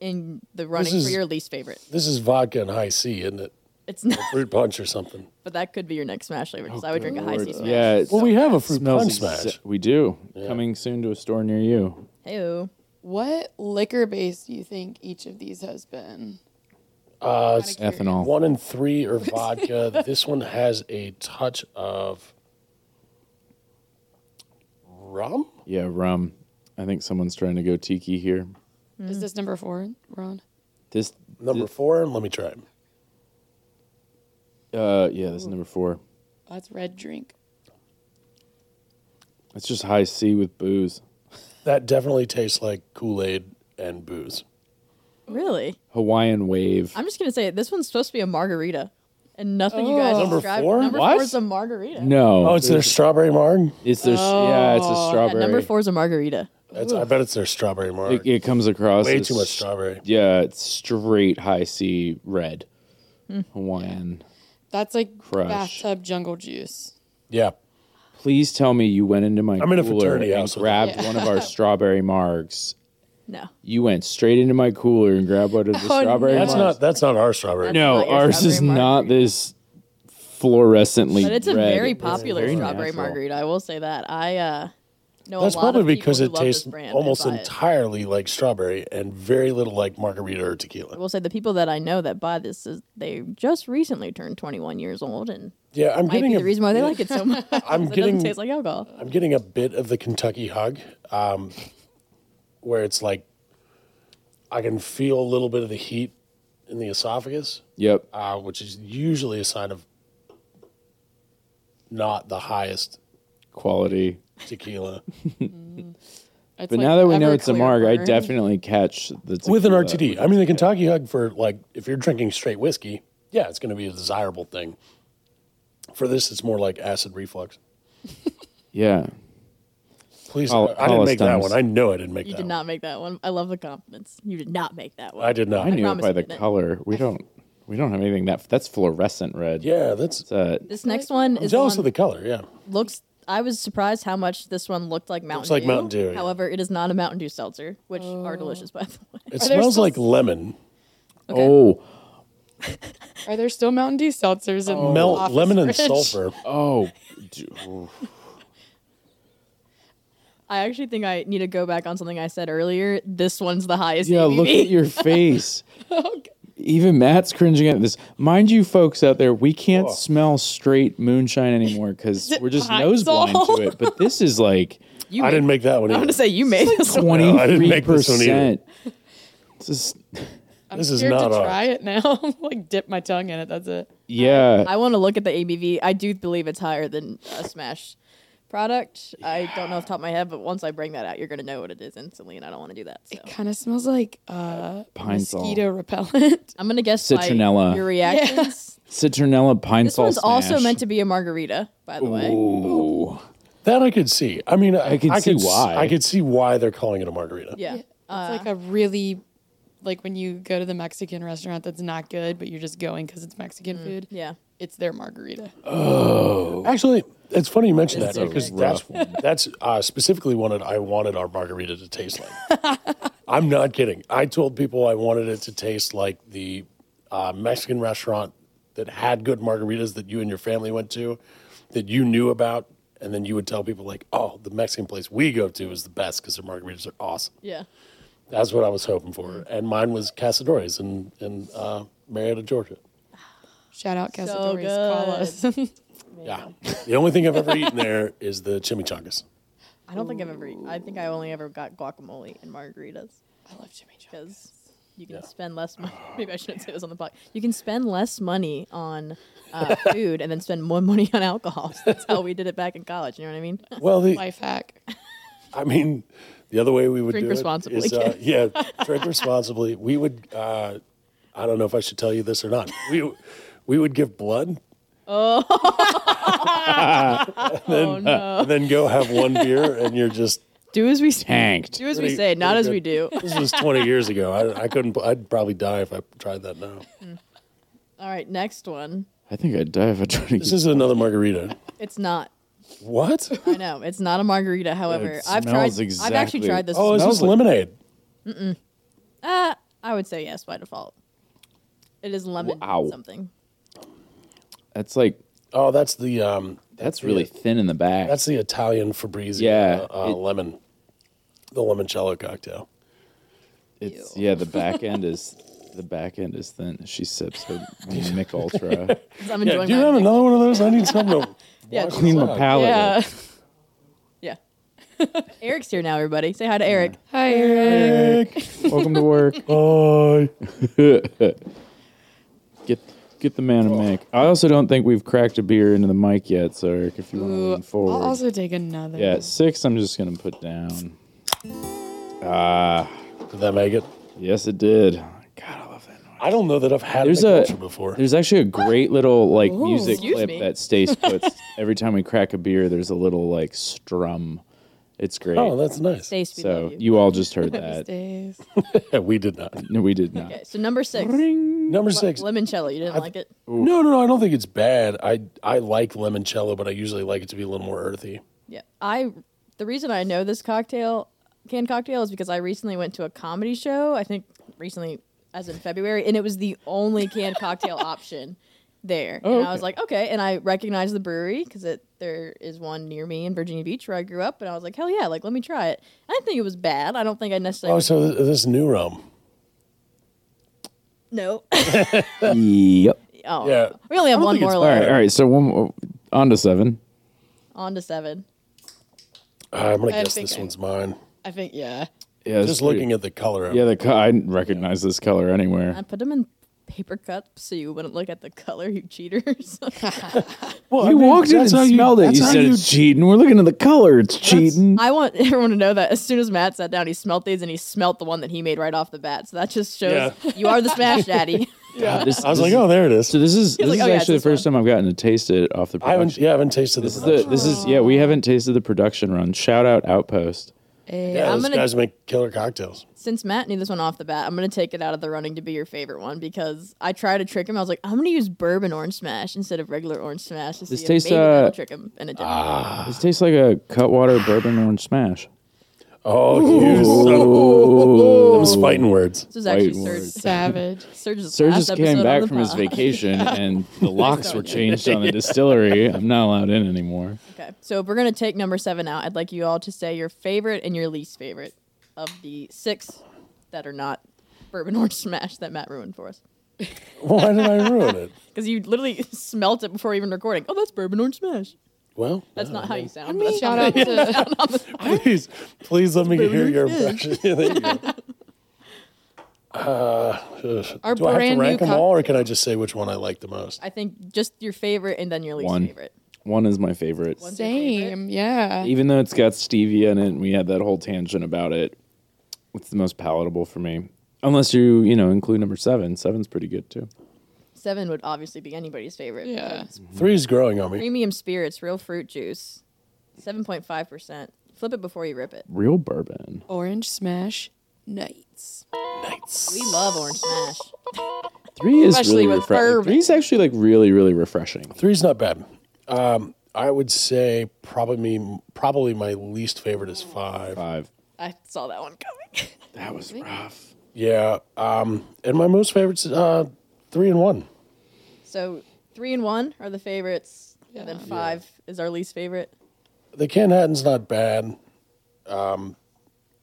[SPEAKER 1] in the running
[SPEAKER 2] is-
[SPEAKER 1] for your least favorite.
[SPEAKER 2] This is vodka and high C, isn't it?
[SPEAKER 1] It's not,
[SPEAKER 2] Fruit punch or something.
[SPEAKER 1] but that could be your next smash flavor
[SPEAKER 2] Oh,
[SPEAKER 1] because I would drink a high C smash.
[SPEAKER 3] Yeah, it
[SPEAKER 2] Well, we have a fruit punch
[SPEAKER 3] smells.
[SPEAKER 2] smash.
[SPEAKER 3] exa- we do. Coming soon to a store near you.
[SPEAKER 1] Heyo.
[SPEAKER 4] What liquor base do you think each of these has been?
[SPEAKER 2] Uh,
[SPEAKER 4] Kinda curious.
[SPEAKER 3] Ethanol.
[SPEAKER 2] one and three are vodka. this one has a touch of rum.
[SPEAKER 3] Yeah, rum. I think someone's trying to go tiki here.
[SPEAKER 4] Is this number four, Ron?
[SPEAKER 3] This
[SPEAKER 2] Number four, let me try. it.
[SPEAKER 3] uh yeah, this is number 4.
[SPEAKER 4] That's red drink.
[SPEAKER 3] It's just high C with booze.
[SPEAKER 2] That definitely tastes like Kool Aid and booze.
[SPEAKER 1] Really?
[SPEAKER 3] Hawaiian wave.
[SPEAKER 1] I'm just gonna say it. This one's supposed to be a margarita, and nothing you guys
[SPEAKER 2] Number
[SPEAKER 1] described.
[SPEAKER 2] four?
[SPEAKER 1] Number
[SPEAKER 3] What?
[SPEAKER 1] four is a margarita.
[SPEAKER 3] no.
[SPEAKER 2] Oh, it's their strawberry marg.
[SPEAKER 3] It's their yeah, it's a
[SPEAKER 1] Yeah,
[SPEAKER 3] strawberry.
[SPEAKER 1] Oh, number four is a margarita.
[SPEAKER 2] That's, I bet it's their strawberry
[SPEAKER 3] It,
[SPEAKER 2] marg.
[SPEAKER 3] it comes across
[SPEAKER 2] Way
[SPEAKER 3] as-
[SPEAKER 2] too much strawberry.
[SPEAKER 3] Yeah, it's straight high C red.
[SPEAKER 1] Hmm.
[SPEAKER 3] Hawaiian.
[SPEAKER 4] That's like
[SPEAKER 3] Crush.
[SPEAKER 4] bathtub jungle juice.
[SPEAKER 2] Yeah,
[SPEAKER 3] Please tell me you went into my
[SPEAKER 2] I'm in a
[SPEAKER 3] cooler
[SPEAKER 2] fraternity
[SPEAKER 3] and
[SPEAKER 2] house with
[SPEAKER 3] grabbed one of our strawberry margs.
[SPEAKER 1] No.
[SPEAKER 3] You went straight into my cooler and grabbed one of the
[SPEAKER 1] Oh,
[SPEAKER 3] strawberry
[SPEAKER 1] no.
[SPEAKER 2] That's
[SPEAKER 3] margs.
[SPEAKER 2] not that's not our strawberry.
[SPEAKER 1] That's
[SPEAKER 3] no,
[SPEAKER 1] not your
[SPEAKER 3] ours is
[SPEAKER 1] strawberry
[SPEAKER 3] not
[SPEAKER 1] margarita.
[SPEAKER 3] this fluorescently
[SPEAKER 1] But it's a
[SPEAKER 3] red.
[SPEAKER 1] very
[SPEAKER 3] It's
[SPEAKER 1] popular
[SPEAKER 3] very
[SPEAKER 1] strawberry
[SPEAKER 3] natural.
[SPEAKER 1] margarita. I will say that. I uh, know
[SPEAKER 2] That's
[SPEAKER 1] a lot of
[SPEAKER 2] probably
[SPEAKER 1] people
[SPEAKER 2] because
[SPEAKER 1] who
[SPEAKER 2] it
[SPEAKER 1] love this
[SPEAKER 2] tastes
[SPEAKER 1] brand and
[SPEAKER 2] almost
[SPEAKER 1] buy it.
[SPEAKER 2] entirely like strawberry and very little like margarita or
[SPEAKER 1] I
[SPEAKER 2] tequila.
[SPEAKER 1] will say the people that I know that buy this is they just recently turned 21 years old and
[SPEAKER 2] Yeah, I'm
[SPEAKER 1] might
[SPEAKER 2] getting
[SPEAKER 1] be
[SPEAKER 2] a,
[SPEAKER 1] the reason why they like it so much.
[SPEAKER 2] I'm
[SPEAKER 1] it
[SPEAKER 2] getting-
[SPEAKER 1] doesn't taste like alcohol.
[SPEAKER 2] I'm getting a bit of the Kentucky hug, um, where it's like I can feel a little bit of the heat in the esophagus,
[SPEAKER 3] Yep.
[SPEAKER 2] uh, which is usually a sign of not the highest
[SPEAKER 3] Quality.
[SPEAKER 2] tequila
[SPEAKER 4] It's
[SPEAKER 3] But
[SPEAKER 4] like
[SPEAKER 3] now that we know it's a
[SPEAKER 4] Everclear
[SPEAKER 3] marg, I
[SPEAKER 4] burn.
[SPEAKER 3] definitely catch the
[SPEAKER 2] with an
[SPEAKER 3] tequila.
[SPEAKER 2] RTD. I mean, the Kentucky hug for like if you're drinking straight whiskey, yeah, it's going to be a desirable thing. For this, it's more like acid reflux.
[SPEAKER 3] Yeah.
[SPEAKER 2] Please,
[SPEAKER 3] Call-
[SPEAKER 2] I
[SPEAKER 3] call
[SPEAKER 2] didn't
[SPEAKER 3] us
[SPEAKER 2] make that
[SPEAKER 3] dummies.
[SPEAKER 2] one. I know I didn't make
[SPEAKER 1] You
[SPEAKER 2] that.
[SPEAKER 1] did
[SPEAKER 2] one.
[SPEAKER 1] not make that one. I love the confidence. You did not make that one.
[SPEAKER 2] I did not.
[SPEAKER 3] I knew it
[SPEAKER 1] promise
[SPEAKER 3] by
[SPEAKER 1] you
[SPEAKER 3] the
[SPEAKER 1] didn't.
[SPEAKER 3] color. We don't. We don't have anything that that's fluorescent red.
[SPEAKER 2] Yeah, that's.
[SPEAKER 3] It's, uh,
[SPEAKER 1] This next one
[SPEAKER 2] I'm
[SPEAKER 1] is
[SPEAKER 2] jealous
[SPEAKER 1] one
[SPEAKER 2] of the color. Yeah,
[SPEAKER 1] looks. I was surprised how much this one looked like Mountain
[SPEAKER 2] like
[SPEAKER 1] Dew.
[SPEAKER 2] Mountain Dew, yeah. Oh.
[SPEAKER 1] However, it is not a Mountain Dew seltzer, which are delicious by the way.
[SPEAKER 2] it
[SPEAKER 4] there
[SPEAKER 2] smells
[SPEAKER 4] still-
[SPEAKER 2] like lemon.
[SPEAKER 3] Oh,
[SPEAKER 4] Are there still Mountain Dew seltzers in
[SPEAKER 2] Oh. Melt
[SPEAKER 4] office
[SPEAKER 2] lemon and
[SPEAKER 4] Oh, fridge?
[SPEAKER 2] sulfur.
[SPEAKER 3] oh, d- ooh.
[SPEAKER 1] I actually think I need to go back on something I said earlier. This one's the highest.
[SPEAKER 3] yeah!
[SPEAKER 1] ABV.
[SPEAKER 3] Look at your face. Even Matt's cringing at this. Mind you, folks out there, we can't smell straight moonshine anymore because we're just
[SPEAKER 4] Pine
[SPEAKER 3] nose blind
[SPEAKER 4] Sol?
[SPEAKER 3] to it. But this is like
[SPEAKER 1] You
[SPEAKER 2] I
[SPEAKER 1] made-
[SPEAKER 2] didn't make that one.
[SPEAKER 1] I'm
[SPEAKER 2] Either.
[SPEAKER 1] gonna say you made this one.
[SPEAKER 3] twenty
[SPEAKER 2] I didn't
[SPEAKER 3] three
[SPEAKER 2] make this one either.
[SPEAKER 3] percent. This is
[SPEAKER 4] I'm
[SPEAKER 2] This is
[SPEAKER 4] scared
[SPEAKER 2] not
[SPEAKER 4] to
[SPEAKER 2] ours.
[SPEAKER 4] try it now. like dip my tongue in it. That's it.
[SPEAKER 3] yeah.
[SPEAKER 1] I want to look at the ABV. I do believe it's higher than a Smash product. I don't know off the top of my head, but once I bring that out, you're gonna know what it is instantly, and I don't want to do that. So
[SPEAKER 4] Kind of smells like uh,
[SPEAKER 3] Pine Sol.
[SPEAKER 4] mosquito repellent.
[SPEAKER 1] I'm gonna guess
[SPEAKER 3] Citronella.
[SPEAKER 1] By your reactions.
[SPEAKER 3] Citronella pine
[SPEAKER 1] This
[SPEAKER 3] salt.
[SPEAKER 1] one's also meant to be a margarita, by the way.
[SPEAKER 3] Ooh.
[SPEAKER 2] That I could see. I mean, I,
[SPEAKER 3] I could see
[SPEAKER 2] could s-
[SPEAKER 3] why.
[SPEAKER 2] I could see why they're calling it a margarita.
[SPEAKER 1] Yeah.
[SPEAKER 4] it's like a really like when you go to the Mexican restaurant that's not good, but you're just going because it's Mexican food.
[SPEAKER 1] Yeah.
[SPEAKER 4] It's their margarita.
[SPEAKER 2] Actually, it's funny you mention
[SPEAKER 1] Oh. That's
[SPEAKER 2] that
[SPEAKER 1] a
[SPEAKER 2] because that's
[SPEAKER 3] rough
[SPEAKER 2] that's uh, specifically what I wanted our margarita to taste like. I'm not kidding. I told people I wanted it to taste like the uh, Mexican restaurant that had good margaritas that you and your family went to, that you knew about, and then you would tell people like, "Oh, the Mexican place we go to is the best because their margaritas are awesome."
[SPEAKER 1] Yeah.
[SPEAKER 2] That's what I was hoping
[SPEAKER 1] Mm.
[SPEAKER 2] for, and mine was Casadores in in uh, Marietta, Georgia.
[SPEAKER 4] Shout out
[SPEAKER 1] So
[SPEAKER 4] Casadores. Call us.
[SPEAKER 2] Yeah, the only thing I've ever eaten there is the chimichangas.
[SPEAKER 1] I don't think I've ever. I think I only ever got guacamole and margaritas
[SPEAKER 4] I love Jimmy John's.
[SPEAKER 1] because you can spend less money. Maybe I shouldn't say this on the podcast. You can spend less money on uh, food and then spend more money on alcohol. So that's how we did it back in college. You know what I mean?
[SPEAKER 2] Well, the,
[SPEAKER 4] Life hack.
[SPEAKER 2] I mean, the other way we would
[SPEAKER 1] Drink
[SPEAKER 2] do
[SPEAKER 1] responsibly.
[SPEAKER 2] It is, uh, yeah, drink responsibly. We would. Uh, I don't know if I should tell you this or not. We we would give blood. Oh. and, then, and then go have one beer, and you're just.
[SPEAKER 1] Do as we say.
[SPEAKER 3] Tanked.
[SPEAKER 1] Do as we
[SPEAKER 2] pretty-
[SPEAKER 1] say, not
[SPEAKER 2] pretty
[SPEAKER 1] as we do.
[SPEAKER 2] good. This was 20 years ago. I, I couldn't. I'd probably die if I tried that now.
[SPEAKER 1] All right, next one.
[SPEAKER 3] I think I'd die if I tried to.
[SPEAKER 2] This
[SPEAKER 3] get-
[SPEAKER 2] is another margarita.
[SPEAKER 1] It's not.
[SPEAKER 2] What?
[SPEAKER 1] I know it's not a margarita. However, I've tried.
[SPEAKER 3] smells
[SPEAKER 1] I've actually
[SPEAKER 3] exactly-
[SPEAKER 1] tried this.
[SPEAKER 2] Oh,
[SPEAKER 1] one.
[SPEAKER 2] is
[SPEAKER 3] Smells
[SPEAKER 2] this
[SPEAKER 3] like-
[SPEAKER 2] lemonade?
[SPEAKER 1] I would say yes by default. It is lemon
[SPEAKER 3] Wow.
[SPEAKER 1] something.
[SPEAKER 3] that's like
[SPEAKER 2] Oh, that's the um.
[SPEAKER 3] that's really thin in the back.
[SPEAKER 2] That's the Italian Febreze.
[SPEAKER 3] Yeah,
[SPEAKER 2] uh, uh,
[SPEAKER 3] it-
[SPEAKER 2] lemon, the limoncello cocktail.
[SPEAKER 3] It's yeah, the back end is the back end is thin. She sips her Mick Ultra.
[SPEAKER 1] I'm
[SPEAKER 2] Yeah,
[SPEAKER 1] enjoying
[SPEAKER 2] do you
[SPEAKER 1] my-
[SPEAKER 2] have another one of those? I need something to
[SPEAKER 1] Yeah,
[SPEAKER 2] wash
[SPEAKER 3] Clean
[SPEAKER 2] this
[SPEAKER 3] my
[SPEAKER 2] out.
[SPEAKER 3] palate.
[SPEAKER 4] Yeah.
[SPEAKER 1] Yeah. Eric's here now, everybody. Say hi to Eric.
[SPEAKER 4] Hi, Eric.
[SPEAKER 3] Welcome to work.
[SPEAKER 2] Bye.
[SPEAKER 3] Get get the man a mic. I also don't think we've cracked a beer into the mic yet, so Eric, if you want to
[SPEAKER 4] Ooh,
[SPEAKER 3] lean
[SPEAKER 4] I'll
[SPEAKER 3] forward.
[SPEAKER 4] also take another.
[SPEAKER 3] yeah, at six I'm just gonna put down. Ah,
[SPEAKER 2] Did that make it?
[SPEAKER 3] yes it did. God, I love that. noise.
[SPEAKER 2] I don't know that I've had
[SPEAKER 3] There's
[SPEAKER 2] there's
[SPEAKER 3] a
[SPEAKER 2] before.
[SPEAKER 3] there's actually a great little like music
[SPEAKER 1] Excuse
[SPEAKER 3] clip
[SPEAKER 1] me.
[SPEAKER 3] that Stace puts every time we crack a beer. There's a little like strum. It's great.
[SPEAKER 2] Oh, that's nice.
[SPEAKER 1] Stace, we
[SPEAKER 3] so
[SPEAKER 1] love you.
[SPEAKER 3] you all just heard that.
[SPEAKER 4] Stays.
[SPEAKER 2] Yeah, we did not.
[SPEAKER 3] No, we did not.
[SPEAKER 1] Okay, so number six.
[SPEAKER 3] Ring.
[SPEAKER 2] Number
[SPEAKER 1] Le-
[SPEAKER 2] six.
[SPEAKER 1] limoncello. You didn't like it?
[SPEAKER 2] No, no, no. I don't think it's bad. I I like limoncello, but I usually like it to be a little more earthy.
[SPEAKER 1] Yeah. I the reason I know this cocktail canned cocktail is because I recently went to a comedy show. I think recently as in February and it was the only canned cocktail option there. and I was like, okay, and I recognized the brewery cuz it there is one near me in Virginia Beach where I grew up and I was like, hell yeah, like let me try it. I didn't think it was bad. I don't think I necessarily
[SPEAKER 2] Oh, so th- this new rum.
[SPEAKER 1] No.
[SPEAKER 3] Yep.
[SPEAKER 1] oh.
[SPEAKER 2] Yeah.
[SPEAKER 1] We only have one
[SPEAKER 2] think
[SPEAKER 1] more
[SPEAKER 2] it's
[SPEAKER 3] All
[SPEAKER 1] left.
[SPEAKER 3] right, all right. So one more- on to seven.
[SPEAKER 1] On to 7.
[SPEAKER 2] Uh, I'm gonna
[SPEAKER 4] I
[SPEAKER 2] guess
[SPEAKER 4] think
[SPEAKER 2] this
[SPEAKER 4] I-
[SPEAKER 2] one's mine.
[SPEAKER 4] I think yeah.
[SPEAKER 3] Yeah, it's
[SPEAKER 2] Just
[SPEAKER 3] pretty-
[SPEAKER 2] looking at the color. Of
[SPEAKER 3] Yeah,
[SPEAKER 2] it.
[SPEAKER 3] the co- I didn't recognize this color anywhere.
[SPEAKER 1] I put them in paper cups so you wouldn't look at the color, you cheaters.
[SPEAKER 2] Well,
[SPEAKER 3] You walked in and smelled it. You said it's cheating. We're looking at the color. It's cheating.
[SPEAKER 1] I want everyone to know that as soon as Matt sat down, he smelt these and he smelt the one that he made right off the bat. So that just shows
[SPEAKER 2] Yeah.
[SPEAKER 1] you are the smash daddy.
[SPEAKER 2] I was like, oh, there it is.
[SPEAKER 3] So this is this
[SPEAKER 1] like,
[SPEAKER 3] is
[SPEAKER 1] "Oh, yeah, it's
[SPEAKER 3] actually the
[SPEAKER 1] this one."
[SPEAKER 3] first time I've gotten to taste it off the
[SPEAKER 2] I haven't.
[SPEAKER 3] production.
[SPEAKER 2] Yeah, I haven't tasted this.
[SPEAKER 3] This is the this is yeah. We haven't tasted the production run. Shout out Outpost.
[SPEAKER 2] yeah,
[SPEAKER 1] I'm
[SPEAKER 2] those
[SPEAKER 1] gonna-
[SPEAKER 2] guys make killer cocktails.
[SPEAKER 1] Since Matt knew this one off the bat, I'm going to take it out of the running to be your favorite one because I tried to trick him. I was like, I'm going to use bourbon orange smash instead of regular orange smash. To
[SPEAKER 3] This
[SPEAKER 1] see if
[SPEAKER 3] tastes,
[SPEAKER 1] maybe that'll
[SPEAKER 3] uh,
[SPEAKER 1] trick him. And it didn't.
[SPEAKER 2] ah,
[SPEAKER 3] This tastes like a Cutwater Bourbon Orange Smash.
[SPEAKER 2] Oh, you son of Those fighting words.
[SPEAKER 1] this was actually
[SPEAKER 3] white
[SPEAKER 1] Serge.
[SPEAKER 3] word.
[SPEAKER 4] Savage.
[SPEAKER 1] Serge's
[SPEAKER 3] Sir
[SPEAKER 1] last
[SPEAKER 3] just
[SPEAKER 1] episode
[SPEAKER 3] came
[SPEAKER 1] on
[SPEAKER 3] back
[SPEAKER 1] the
[SPEAKER 3] from his
[SPEAKER 1] pod.
[SPEAKER 3] vacation and the locks were changed on the distillery. I'm not allowed in anymore.
[SPEAKER 1] Okay, so if we're going to take number seven out, I'd like you all to say your favorite and your least favorite of the six that are not bourbon orange smash that Matt ruined for us.
[SPEAKER 2] Why did I ruin it?
[SPEAKER 1] Because you literally smelt it before even recording. Oh, that's bourbon orange smash.
[SPEAKER 2] Well,
[SPEAKER 1] That's
[SPEAKER 2] no.
[SPEAKER 1] not how you sound. but that's
[SPEAKER 4] Shout out to
[SPEAKER 2] please, please let me hear your impression. There you go. Uh,
[SPEAKER 4] Our
[SPEAKER 2] do I have
[SPEAKER 4] brand
[SPEAKER 2] to
[SPEAKER 4] new
[SPEAKER 2] rank them all, or can I just say which one I like the most?
[SPEAKER 1] I think just your favorite and then your least
[SPEAKER 3] One.
[SPEAKER 1] favorite.
[SPEAKER 3] One is my favorite.
[SPEAKER 1] One's your favorite.
[SPEAKER 4] same. Yeah.
[SPEAKER 3] Even though it's got stevia in it and we had that whole tangent about it, it's the most palatable for me. Unless you, you know, include number seven. Seven's pretty good too.
[SPEAKER 1] Seven would obviously be anybody's favorite.
[SPEAKER 4] Yeah.
[SPEAKER 1] So it's
[SPEAKER 2] Three's growing on me.
[SPEAKER 1] premium spirits, real fruit juice, 7.5%. Flip it before you rip it.
[SPEAKER 3] Real bourbon.
[SPEAKER 4] Orange Smash Nights.
[SPEAKER 1] We love orange smash.
[SPEAKER 3] Three is really
[SPEAKER 4] Especially with
[SPEAKER 3] refreshing.
[SPEAKER 4] bourbon.
[SPEAKER 3] Three's actually like really, really refreshing.
[SPEAKER 2] Three's not bad. Um, I would say probably me- probably my least favorite is five.
[SPEAKER 3] Five.
[SPEAKER 1] I saw that one coming.
[SPEAKER 3] That was rough.
[SPEAKER 2] Yeah, um, and my most favorites uh, three and one.
[SPEAKER 1] So three and one are the favorites, and then
[SPEAKER 4] Yeah.
[SPEAKER 1] five is our least favorite.
[SPEAKER 2] The Canhattan's not bad. Um,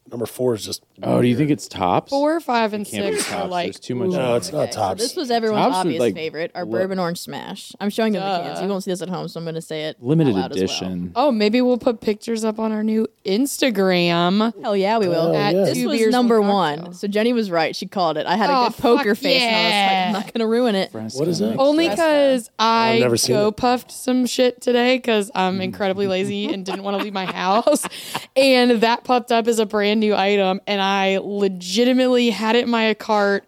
[SPEAKER 2] number four is just
[SPEAKER 3] Oh, do you think it's tops?
[SPEAKER 4] Four, five, and
[SPEAKER 3] Can't be
[SPEAKER 4] six are
[SPEAKER 3] tops.
[SPEAKER 4] like
[SPEAKER 3] There's too much.
[SPEAKER 2] no, it's not
[SPEAKER 1] Okay, so
[SPEAKER 2] tops.
[SPEAKER 1] this was everyone's
[SPEAKER 3] Tops would,
[SPEAKER 1] obvious
[SPEAKER 3] like,
[SPEAKER 1] favorite, our
[SPEAKER 3] what?
[SPEAKER 1] bowbourbon orange smash. I'm showing them the cans. You won't see this at home, so I'm going to say it. out
[SPEAKER 3] Limited
[SPEAKER 1] loud as well.
[SPEAKER 3] edition.
[SPEAKER 4] Oh, maybe we'll put pictures up on our new Instagram.
[SPEAKER 1] Hell yeah, we will.
[SPEAKER 2] Oh,
[SPEAKER 4] At
[SPEAKER 2] yeah.
[SPEAKER 4] two
[SPEAKER 1] This was
[SPEAKER 4] beers,
[SPEAKER 1] number
[SPEAKER 4] cocktail.
[SPEAKER 1] one. So Jenny was right. She called it. I had a
[SPEAKER 4] Oh,
[SPEAKER 1] good poker
[SPEAKER 4] fuck
[SPEAKER 1] face, and I was
[SPEAKER 4] yeah.
[SPEAKER 1] like, I'm not going to ruin it.
[SPEAKER 2] What is that?
[SPEAKER 4] Only
[SPEAKER 1] Fresca.
[SPEAKER 4] because I
[SPEAKER 2] never seen
[SPEAKER 4] go
[SPEAKER 2] it. Mm.
[SPEAKER 4] puffed some shit today because I'm incredibly lazy and didn't want to leave my house. And that popped up as a brand new item. And I legitimately had it in my cart.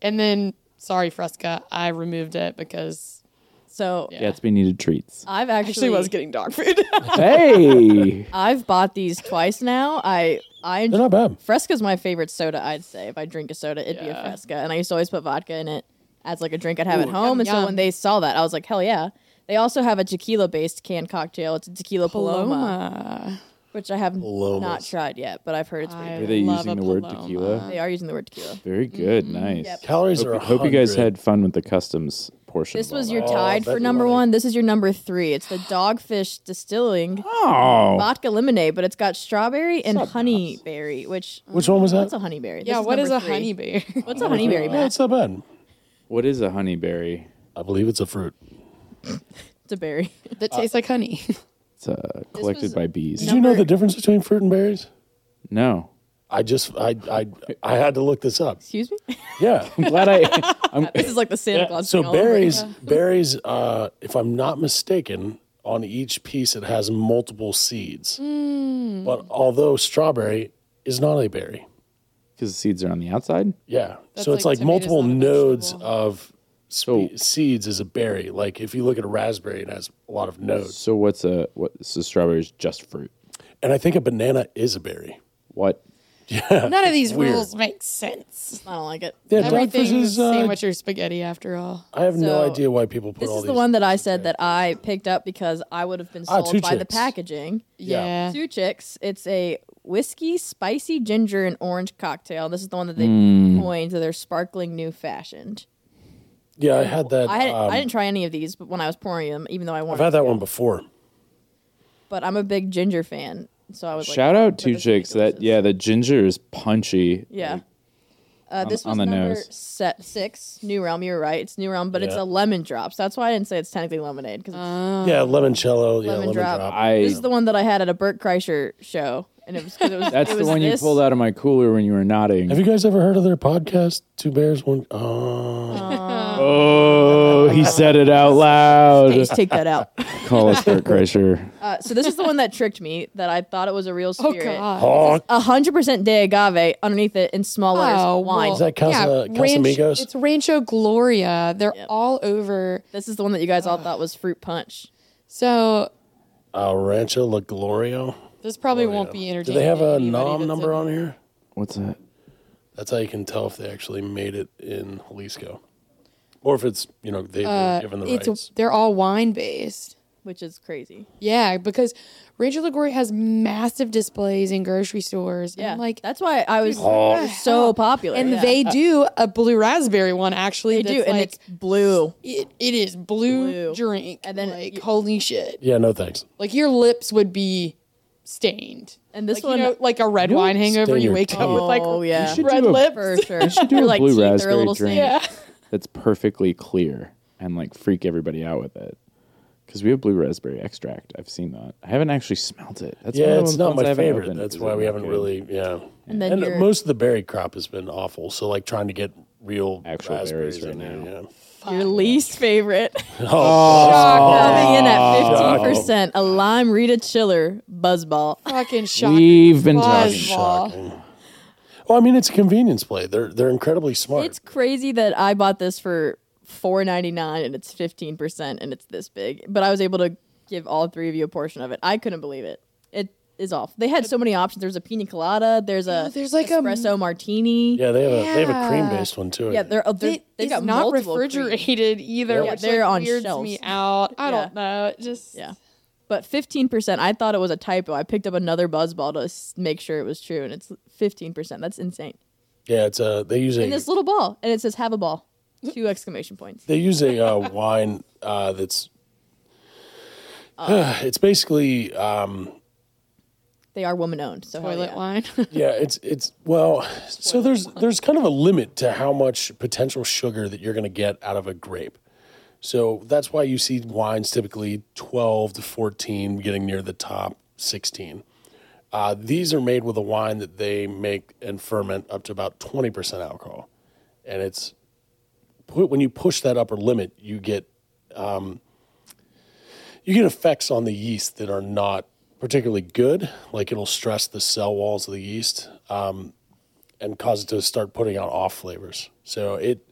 [SPEAKER 4] And then, sorry, Fresca, I removed it because
[SPEAKER 1] So
[SPEAKER 3] Yeah, it's been needed treats.
[SPEAKER 1] I've
[SPEAKER 4] I
[SPEAKER 1] actually,
[SPEAKER 4] actually was getting dog food.
[SPEAKER 3] hey,
[SPEAKER 1] I've bought these twice now. I I
[SPEAKER 2] They're not bad.
[SPEAKER 1] Fresca's my favorite soda, I'd say. If I drink a soda, it'd be a
[SPEAKER 4] Yeah.
[SPEAKER 1] Fresca. And I used to always put vodka in it as like a drink I'd have at home.
[SPEAKER 4] yum,
[SPEAKER 1] and so when
[SPEAKER 4] yum.
[SPEAKER 1] they saw that, I was like, hell yeah. They also have a tequila based canned cocktail. It's a tequila paloma, which I have not
[SPEAKER 2] Palomas.
[SPEAKER 1] tried yet, but I've heard it's pretty
[SPEAKER 4] I
[SPEAKER 1] good.
[SPEAKER 3] are they
[SPEAKER 4] love
[SPEAKER 3] using
[SPEAKER 4] a
[SPEAKER 3] the word
[SPEAKER 4] Paloma. Mm-hmm.
[SPEAKER 3] tequila?
[SPEAKER 1] They are using the word tequila.
[SPEAKER 3] Very good. Nice.
[SPEAKER 1] Yep.
[SPEAKER 2] Calories are.
[SPEAKER 3] Hope, hope you guys
[SPEAKER 2] 100.
[SPEAKER 3] had fun with the customs portion.
[SPEAKER 1] This
[SPEAKER 3] of all
[SPEAKER 1] was your
[SPEAKER 3] that.
[SPEAKER 1] tied
[SPEAKER 2] that
[SPEAKER 1] for number
[SPEAKER 2] money.
[SPEAKER 1] one. This is your number three. It's the Dogfish Distilling
[SPEAKER 3] Oh,
[SPEAKER 1] vodka lemonade, but it's got strawberry and honeyberry, which
[SPEAKER 2] Which one was that?
[SPEAKER 1] what's a honeyberry?
[SPEAKER 4] Yeah, what is a honey
[SPEAKER 1] honeybee?
[SPEAKER 4] bear?
[SPEAKER 1] What's a honeyberry,
[SPEAKER 2] No,
[SPEAKER 1] Matt?
[SPEAKER 2] it's not bad.
[SPEAKER 3] what is a honeyberry?
[SPEAKER 2] I believe it's a fruit.
[SPEAKER 1] It's a berry.
[SPEAKER 4] that tastes
[SPEAKER 2] Uh,
[SPEAKER 4] like honey.
[SPEAKER 3] It's uh, collected
[SPEAKER 1] was
[SPEAKER 3] by bees.
[SPEAKER 2] Did you know
[SPEAKER 1] Number-
[SPEAKER 2] the difference between fruit and berries?
[SPEAKER 3] No,
[SPEAKER 2] I just I I I had to look this up.
[SPEAKER 1] Excuse me.
[SPEAKER 2] Yeah.
[SPEAKER 3] I'm glad I. I'm,
[SPEAKER 1] This is like the Santa Claus.
[SPEAKER 2] so
[SPEAKER 1] thing all over
[SPEAKER 2] berries
[SPEAKER 1] again.
[SPEAKER 2] berries uh if I'm not mistaken on each piece it has multiple seeds. But although strawberry is not a berry.
[SPEAKER 3] because the seeds are on the outside.
[SPEAKER 2] Yeah.
[SPEAKER 4] That's
[SPEAKER 2] so it's
[SPEAKER 4] like
[SPEAKER 2] like, multiple
[SPEAKER 4] tomato's not a
[SPEAKER 2] nodes
[SPEAKER 4] vegetable.
[SPEAKER 2] of
[SPEAKER 3] So-
[SPEAKER 2] spe- seeds is a berry. Like if you look at a raspberry it has a lot of nodes.
[SPEAKER 3] So what's a what? So strawberries just fruit.
[SPEAKER 2] And I think a banana is a berry.
[SPEAKER 3] What?
[SPEAKER 2] Yeah.
[SPEAKER 4] None of these
[SPEAKER 2] uh, Weird.
[SPEAKER 4] rules make sense.
[SPEAKER 1] I don't like it.
[SPEAKER 2] Yeah, Dogfish
[SPEAKER 4] Everything's
[SPEAKER 2] is. Uh,
[SPEAKER 4] sandwich or spaghetti after all.
[SPEAKER 2] I have no
[SPEAKER 1] So,
[SPEAKER 2] idea why people put
[SPEAKER 1] This
[SPEAKER 2] all
[SPEAKER 1] is
[SPEAKER 2] these.
[SPEAKER 1] the one that I said that I picked up because I would have been
[SPEAKER 2] Ah,
[SPEAKER 1] sold
[SPEAKER 2] two
[SPEAKER 1] by the
[SPEAKER 2] chicks.
[SPEAKER 1] packaging.
[SPEAKER 2] Yeah.
[SPEAKER 4] Yeah.
[SPEAKER 1] Two chicks. It's a whiskey, spicy ginger, and orange cocktail. This is the one that they coined that they're sparkling new fashioned.
[SPEAKER 2] yeah, I had that.
[SPEAKER 1] I had,
[SPEAKER 2] um,
[SPEAKER 1] I didn't try any of these, but when I was pouring them, even though I
[SPEAKER 2] I've
[SPEAKER 1] wanted,
[SPEAKER 2] had that one before.
[SPEAKER 1] but I'm a big ginger fan, so I was
[SPEAKER 3] Shout
[SPEAKER 1] like,
[SPEAKER 3] out
[SPEAKER 1] but
[SPEAKER 3] two
[SPEAKER 1] this would be
[SPEAKER 3] chicks. That
[SPEAKER 1] delicious.
[SPEAKER 3] yeah, the ginger is punchy.
[SPEAKER 1] yeah. Uh, this was
[SPEAKER 3] on the
[SPEAKER 1] number
[SPEAKER 3] nose.
[SPEAKER 1] set six, New Realm. You're right, it's New Realm, but it's a
[SPEAKER 2] Yeah.
[SPEAKER 1] lemon drops. That's why I didn't say it's technically lemonade because
[SPEAKER 2] yeah, limoncello. Yeah,
[SPEAKER 1] Oh. Lemon
[SPEAKER 2] lemon
[SPEAKER 1] drop.
[SPEAKER 2] drop.
[SPEAKER 1] this
[SPEAKER 3] I
[SPEAKER 1] is the one that I had at a Burt Kreischer show, and it was because it was.
[SPEAKER 3] that's
[SPEAKER 1] it
[SPEAKER 3] the
[SPEAKER 1] was
[SPEAKER 3] one you
[SPEAKER 1] this-
[SPEAKER 3] pulled out of my cooler when you were nodding.
[SPEAKER 2] Have you guys ever heard of their podcast, Two Bears One? Oh,
[SPEAKER 3] oh, he said it out loud.
[SPEAKER 1] Please take that out.
[SPEAKER 3] Call us Bert Kreischer.
[SPEAKER 1] Uh, so this is the one that tricked me that I thought it was a real
[SPEAKER 4] Oh
[SPEAKER 1] spirit.
[SPEAKER 4] god.
[SPEAKER 2] Hawk.
[SPEAKER 1] A hundred percent de agave underneath it in small letters.
[SPEAKER 4] Oh,
[SPEAKER 1] wine.
[SPEAKER 4] well,
[SPEAKER 2] Is that Casa- Casamigos?
[SPEAKER 4] it's Rancho Gloria. They're all over.
[SPEAKER 1] This is the one that you guys all thought was fruit punch.
[SPEAKER 4] So
[SPEAKER 2] uh, Rancho La Gloria.
[SPEAKER 4] this probably won't be
[SPEAKER 2] Oh, Do
[SPEAKER 4] entertaining.
[SPEAKER 2] they have
[SPEAKER 4] to
[SPEAKER 2] a
[SPEAKER 4] anybody
[SPEAKER 2] nom
[SPEAKER 4] that's
[SPEAKER 2] number
[SPEAKER 4] in-
[SPEAKER 2] on here?
[SPEAKER 3] What's that?
[SPEAKER 2] That's how you can tell if they actually made it in Jalisco, or if it's you know they
[SPEAKER 1] Uh,
[SPEAKER 2] were given the
[SPEAKER 4] It's
[SPEAKER 2] rights.
[SPEAKER 4] they're all wine based.
[SPEAKER 1] which is crazy.
[SPEAKER 4] Yeah, because Rancho La Gloria has massive displays in grocery stores. And
[SPEAKER 1] Yeah,
[SPEAKER 4] I'm like
[SPEAKER 1] that's why I was
[SPEAKER 4] what the
[SPEAKER 1] so
[SPEAKER 4] hell?
[SPEAKER 1] popular.
[SPEAKER 4] And
[SPEAKER 1] yeah.
[SPEAKER 4] they do a blue raspberry one actually.
[SPEAKER 1] they
[SPEAKER 4] that's
[SPEAKER 1] do, and
[SPEAKER 4] like-
[SPEAKER 1] it's blue.
[SPEAKER 4] it, it is blue,
[SPEAKER 1] Blue.
[SPEAKER 4] drink,
[SPEAKER 1] And then
[SPEAKER 4] like
[SPEAKER 1] you-
[SPEAKER 4] holy shit,
[SPEAKER 2] Yeah, no thanks.
[SPEAKER 4] like your lips would be stained.
[SPEAKER 1] And this
[SPEAKER 4] like,
[SPEAKER 1] one,
[SPEAKER 4] you know, like a red wine hangover,
[SPEAKER 2] stain
[SPEAKER 4] you
[SPEAKER 2] your
[SPEAKER 4] wake up with like
[SPEAKER 1] oh yeah,
[SPEAKER 3] should
[SPEAKER 4] red
[SPEAKER 3] do a-
[SPEAKER 4] lips.
[SPEAKER 1] for sure. You should
[SPEAKER 3] do a blue raspberry drink.
[SPEAKER 4] Yeah,
[SPEAKER 3] That's perfectly clear and like freak everybody out with it. Because we have blue raspberry extract. I've seen that. I haven't actually smelt it. That's one
[SPEAKER 2] yeah,
[SPEAKER 3] of
[SPEAKER 2] it's
[SPEAKER 3] the
[SPEAKER 2] not
[SPEAKER 3] ones I
[SPEAKER 2] my
[SPEAKER 3] haven't
[SPEAKER 2] favorite.
[SPEAKER 3] opened
[SPEAKER 2] That's
[SPEAKER 3] 'cause
[SPEAKER 2] why
[SPEAKER 3] it's
[SPEAKER 2] we
[SPEAKER 3] not
[SPEAKER 2] haven't
[SPEAKER 3] good.
[SPEAKER 2] really. Yeah,
[SPEAKER 1] And then
[SPEAKER 2] and
[SPEAKER 1] you're-
[SPEAKER 2] most of the berry crop has been awful. So like trying to get real
[SPEAKER 3] Actual
[SPEAKER 2] raspberries
[SPEAKER 3] berries
[SPEAKER 2] in
[SPEAKER 3] right
[SPEAKER 2] there. Yeah.
[SPEAKER 1] Your least favorite.
[SPEAKER 2] Oh,
[SPEAKER 1] Coming in at 15%, a lime Rita chiller buzzball.
[SPEAKER 4] fucking shock.
[SPEAKER 3] We've been
[SPEAKER 4] Buzz
[SPEAKER 3] talking.
[SPEAKER 4] ball.
[SPEAKER 2] well, I mean, it's a convenience play. They're they're incredibly smart.
[SPEAKER 1] It's crazy that I bought this for four ninety nine and it's 15% and it's this big. But I was able to give all three of you a portion of it. I couldn't believe it. It is off. They had so many options. There's a pina colada, there's a
[SPEAKER 4] Yeah, there's like um, a-
[SPEAKER 1] espresso martini.
[SPEAKER 2] yeah, they have a they have a
[SPEAKER 4] Yeah.
[SPEAKER 2] cream based one too. I
[SPEAKER 1] Yeah,
[SPEAKER 2] think.
[SPEAKER 1] they're, oh, they're
[SPEAKER 4] It
[SPEAKER 1] they
[SPEAKER 4] is
[SPEAKER 1] got
[SPEAKER 4] not
[SPEAKER 1] multiple creams.
[SPEAKER 4] refrigerated either,
[SPEAKER 2] Yeah,
[SPEAKER 4] which
[SPEAKER 1] they're
[SPEAKER 4] like,
[SPEAKER 1] on
[SPEAKER 4] weirds
[SPEAKER 1] shelves.
[SPEAKER 4] me out. I don't know. It just
[SPEAKER 1] Yeah. But 15%, I thought it was a typo. I picked up another buzzball to s- make sure it was true, and it's 15%. That's insane.
[SPEAKER 2] yeah, it's a they use a
[SPEAKER 1] And this little ball, and it says, have a ball. Two exclamation points.
[SPEAKER 2] they use a uh, wine uh, that's it's basically um,
[SPEAKER 1] They are woman owned. So hell
[SPEAKER 4] toilet
[SPEAKER 1] yeah.
[SPEAKER 4] wine.
[SPEAKER 2] yeah it's it's well so there's there's kind of a limit to how much potential sugar that you're going to get out of a grape so that's why you see wines typically 12 to 14 getting near the top 16 uh, these are made with a wine that they make and ferment up to about 20% alcohol and it's pu- when you push that upper limit you get you get effects on the yeast that are not particularly good. Like it'll stress the cell walls of the yeast um, and cause it to start putting out off flavors. So it.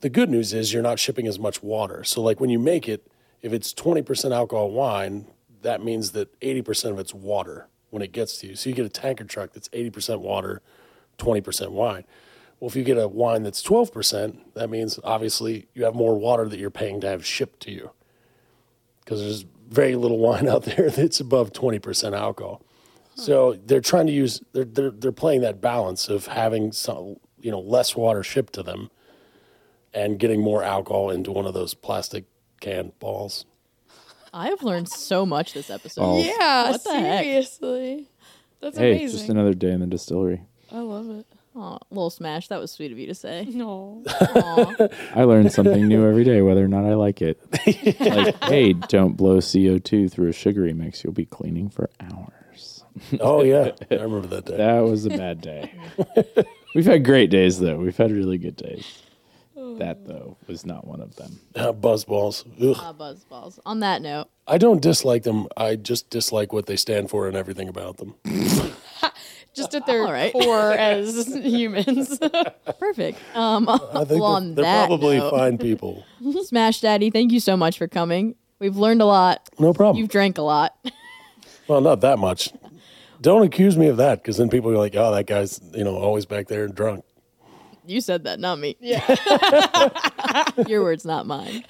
[SPEAKER 2] The good news is you're not shipping as much water. So like when you make it, if it's 20% alcohol wine, that means that 80% of it's water when it gets to you. So you get a tanker truck that's 80% water, 20% wine. Well, if you get a wine that's 12%, that means obviously you have more water that you're paying to have shipped to you because there's very little wine out there that's above 20% alcohol. So they're trying to use they're, they're they're playing that balance of having some you know less water shipped to them and getting more alcohol into one of those plastic canned balls.
[SPEAKER 1] I have learned so much this episode.
[SPEAKER 2] Oh.
[SPEAKER 3] Balls.
[SPEAKER 4] yeah,
[SPEAKER 1] What the heck?
[SPEAKER 4] seriously. That's
[SPEAKER 3] Hey,
[SPEAKER 4] amazing.
[SPEAKER 3] just another day in the distillery.
[SPEAKER 4] I love it.
[SPEAKER 1] Aw, little smash, that was sweet of you to say.
[SPEAKER 4] No.
[SPEAKER 3] I learn something new every day, whether or not I like it. like, hey, don't blow CO2 through a sugary mix. You'll be cleaning for hours.
[SPEAKER 2] Oh yeah, I remember that day.
[SPEAKER 3] That was a bad day. We've had great days, though. We've had really good days. That, though, was not one of them.
[SPEAKER 2] Uh, buzz balls. Ugh.
[SPEAKER 1] Ah, buzzballs. On that note,
[SPEAKER 2] I don't dislike them. I just dislike what they stand for and everything about them.
[SPEAKER 4] just at their
[SPEAKER 1] All right.
[SPEAKER 4] core as humans.
[SPEAKER 1] perfect. Um,
[SPEAKER 2] I think
[SPEAKER 1] well, on
[SPEAKER 2] they're, they're
[SPEAKER 1] that
[SPEAKER 2] probably
[SPEAKER 1] note,
[SPEAKER 2] fine people.
[SPEAKER 1] Smash Daddy, thank you so much for coming. We've learned a lot.
[SPEAKER 2] No problem.
[SPEAKER 1] You've drank a lot.
[SPEAKER 2] Well, not that much. Don't accuse me of that because then people are like, oh, that guy's, you know, always back there and drunk.
[SPEAKER 1] You said that, not me. Yeah. Your words, not mine.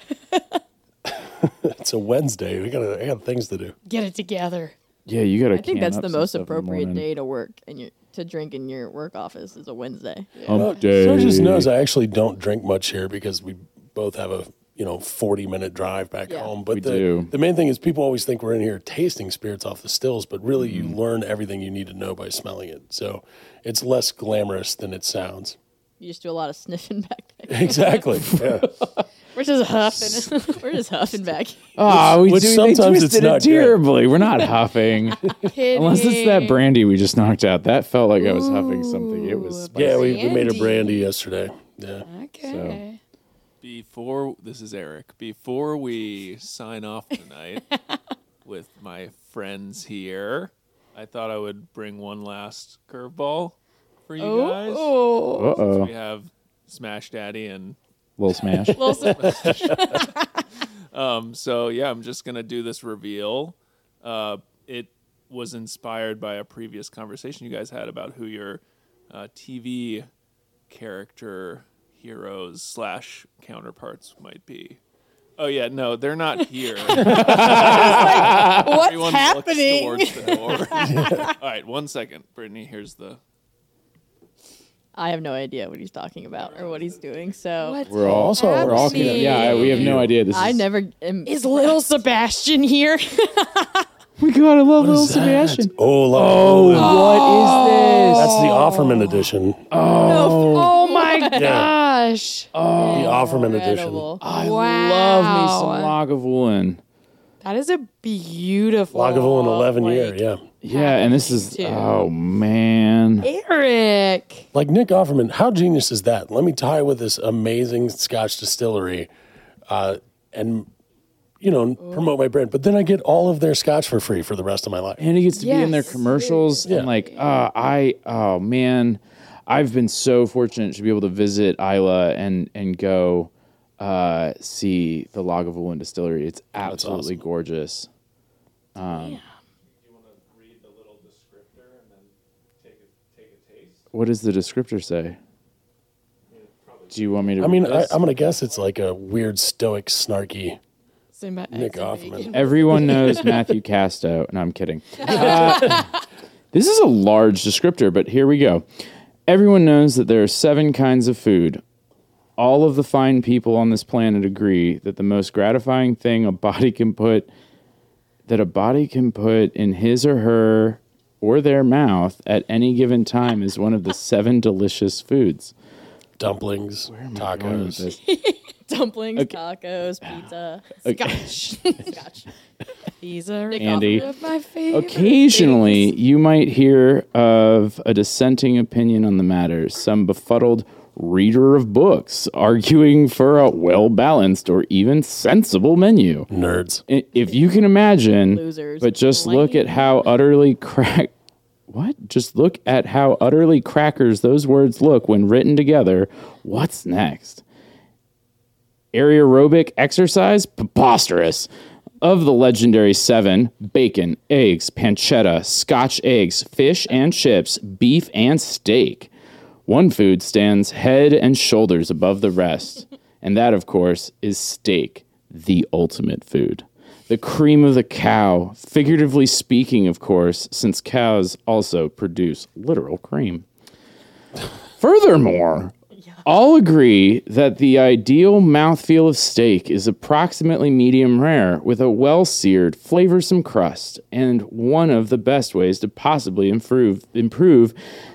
[SPEAKER 2] It's a Wednesday. We got I got things to do.
[SPEAKER 4] Get it together.
[SPEAKER 3] Yeah, you got to.
[SPEAKER 1] I think that's the most appropriate day to work and you to drink in your work office is a Wednesday.
[SPEAKER 2] Well, Sergius knows I actually don't drink much here because we both have a you know forty minute drive back
[SPEAKER 1] Yeah.
[SPEAKER 2] home. But
[SPEAKER 3] We
[SPEAKER 2] the
[SPEAKER 3] do.
[SPEAKER 2] the main thing is people always think we're in here tasting spirits off the stills, but really you learn everything you need to know by smelling it. So it's less glamorous than it sounds.
[SPEAKER 1] You just do a lot of sniffing back there.
[SPEAKER 2] Exactly. Yeah.
[SPEAKER 4] We're just huffing.
[SPEAKER 1] We're just huffing back.
[SPEAKER 3] Oh, we
[SPEAKER 2] Which
[SPEAKER 3] do,
[SPEAKER 2] sometimes
[SPEAKER 3] they
[SPEAKER 2] it's
[SPEAKER 3] twisted
[SPEAKER 2] not
[SPEAKER 3] it
[SPEAKER 2] good.
[SPEAKER 3] terribly. We're not huffing,
[SPEAKER 4] Kidding.
[SPEAKER 3] unless it's that brandy we just knocked out. That felt like I was huffing something. It was spicy.
[SPEAKER 2] yeah, we, we made a
[SPEAKER 4] Brandy.
[SPEAKER 2] brandy yesterday. Yeah.
[SPEAKER 4] Okay.
[SPEAKER 6] Before this is Eric. Before we sign off tonight with my friends here, I thought I would bring one last curveball for you guys.
[SPEAKER 4] Oh.
[SPEAKER 3] Uh
[SPEAKER 6] We
[SPEAKER 3] oh,
[SPEAKER 6] have Smash Daddy and
[SPEAKER 3] little smash.
[SPEAKER 6] Um, so yeah, I'm just gonna do this reveal. Uh, it was inspired by a previous conversation you guys had about who your uh, TV character heroes slash counterparts might be. Oh yeah, no, they're not here.
[SPEAKER 4] What's
[SPEAKER 6] Everyone
[SPEAKER 4] happening?
[SPEAKER 6] looks towards the door. All right, one second, Brittany. Here's the.
[SPEAKER 1] I have no idea what he's talking about or what he's doing. So
[SPEAKER 4] What's
[SPEAKER 3] We're all
[SPEAKER 2] Also,
[SPEAKER 3] we're all
[SPEAKER 4] happening?
[SPEAKER 3] yeah. I- We have no idea. This
[SPEAKER 1] I
[SPEAKER 3] is,
[SPEAKER 1] never am,
[SPEAKER 4] Is little Sebastian here?
[SPEAKER 3] We got a love little
[SPEAKER 2] Is that-
[SPEAKER 3] Sebastian.
[SPEAKER 2] Oh, lo-
[SPEAKER 3] What is
[SPEAKER 1] Oh.
[SPEAKER 3] this?
[SPEAKER 2] that's the Offerman edition.
[SPEAKER 4] Oh my
[SPEAKER 2] Yeah.
[SPEAKER 4] gosh.
[SPEAKER 3] Oh.
[SPEAKER 2] the Offerman edition.
[SPEAKER 1] incredible.
[SPEAKER 3] I
[SPEAKER 4] Wow.
[SPEAKER 3] love me some Lagavulin.
[SPEAKER 4] That is a beautiful.
[SPEAKER 2] Lagavulin, eleven year.
[SPEAKER 4] like,
[SPEAKER 2] Yeah.
[SPEAKER 3] Yeah, and this is
[SPEAKER 4] too.
[SPEAKER 3] oh man.
[SPEAKER 4] Eric.
[SPEAKER 2] Like Nick Offerman, how genius is that? Let me tie with this amazing Scotch distillery, uh, and you know promote my brand. But then I get all of their Scotch for free for the rest of my life.
[SPEAKER 3] and he gets to be in their
[SPEAKER 4] Yes.
[SPEAKER 3] commercials
[SPEAKER 2] Yeah.
[SPEAKER 3] and like uh, i oh man i've been so fortunate to be able to visit isla and and go uh, see the lagavulin distillery it's absolutely gorgeous um, what does the descriptor say do you want me to
[SPEAKER 2] I mean,
[SPEAKER 3] read
[SPEAKER 2] I,
[SPEAKER 3] this?
[SPEAKER 2] I'm gonna guess it's like a weird stoic, snarky
[SPEAKER 4] Simba
[SPEAKER 2] Nick
[SPEAKER 4] X and
[SPEAKER 2] Offerman.
[SPEAKER 3] Everyone knows Matthew Casto. No, I'm kidding. Uh, this is a large descriptor, but here we go. Everyone knows that there are seven kinds of food. All of the fine people on this planet agree that the most gratifying thing a body can put that a body can put in his or her or their mouth at any given time is one of the seven delicious foods.
[SPEAKER 2] dumplings, tacos.
[SPEAKER 1] Dumplings, tacos, pizza.
[SPEAKER 4] Scotch.
[SPEAKER 1] Scotch.
[SPEAKER 4] These are
[SPEAKER 3] Andy.
[SPEAKER 4] all of my favorite.
[SPEAKER 3] Occasionally, you might hear of a dissenting opinion on the matter, some befuddled reader of books arguing for a well balanced or even sensible menu.
[SPEAKER 2] Nerds.
[SPEAKER 3] I- If you can imagine,
[SPEAKER 1] Losers.
[SPEAKER 3] but just look at how utterly crack. What? Just look at how utterly crackers those words look when written together. What's next? Aerobic exercise? Preposterous. Of the legendary seven bacon, eggs, pancetta, scotch eggs, fish and chips, beef and steak. One food stands head and shoulders above the rest, and that, of course, is steak, the ultimate food. The cream of the cow, figuratively speaking, of course, since cows also produce literal cream. Furthermore, all agree that the ideal mouthfeel of steak is approximately medium rare with a well seared, flavorsome crust, and one of the best ways to possibly improve improve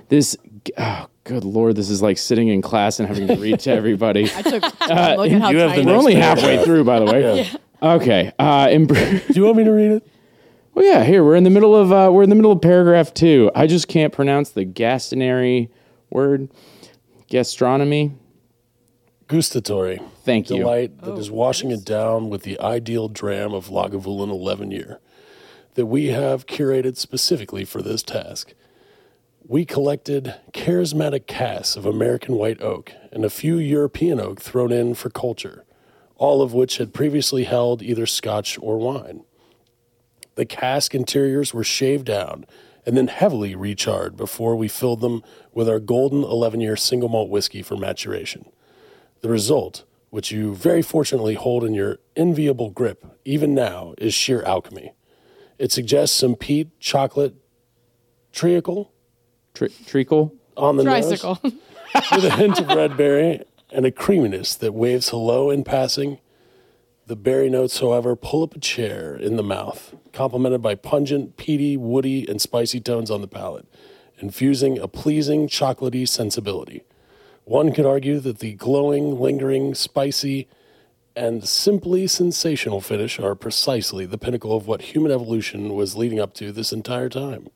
[SPEAKER 3] this. Oh, good lord, this is like sitting in class and having to read to everybody.
[SPEAKER 1] I took. look at how
[SPEAKER 2] you have the
[SPEAKER 1] tight.
[SPEAKER 3] We're
[SPEAKER 2] next
[SPEAKER 3] only
[SPEAKER 2] paragraph.
[SPEAKER 3] halfway through, by the way. Okay. Uh, improve.
[SPEAKER 2] Do you want me to read it?
[SPEAKER 3] Well, yeah, here we're in the middle of uh, we're in the middle of paragraph two. I just can't pronounce the gastonary word, gastronomy.
[SPEAKER 2] Gustatory.
[SPEAKER 3] Thank you.
[SPEAKER 2] delight that is washing it down with the ideal dram of Lagavulin 11 year that we have curated specifically for this task. We collected charismatic casks of American white oak and a few European oak thrown in for culture, all of which had previously held either scotch or wine. The cask interiors were shaved down and then heavily recharred before we filled them with our golden 11 year single malt whiskey for maturation. The result, which you very fortunately hold in your enviable grip even now, is sheer alchemy. It suggests some peat, chocolate, treacle
[SPEAKER 3] Tre- treacle.
[SPEAKER 2] on the nose
[SPEAKER 4] Tricycle.
[SPEAKER 2] with a hint of red berry and a creaminess that waves hello in passing. The berry notes, however, pull up a chair in the mouth, complemented by pungent, peaty, woody, and spicy tones on the palate, infusing a pleasing, chocolatey sensibility. One could argue that the glowing, lingering, spicy, and simply sensational finish are precisely the pinnacle of what human evolution was leading up to this entire time.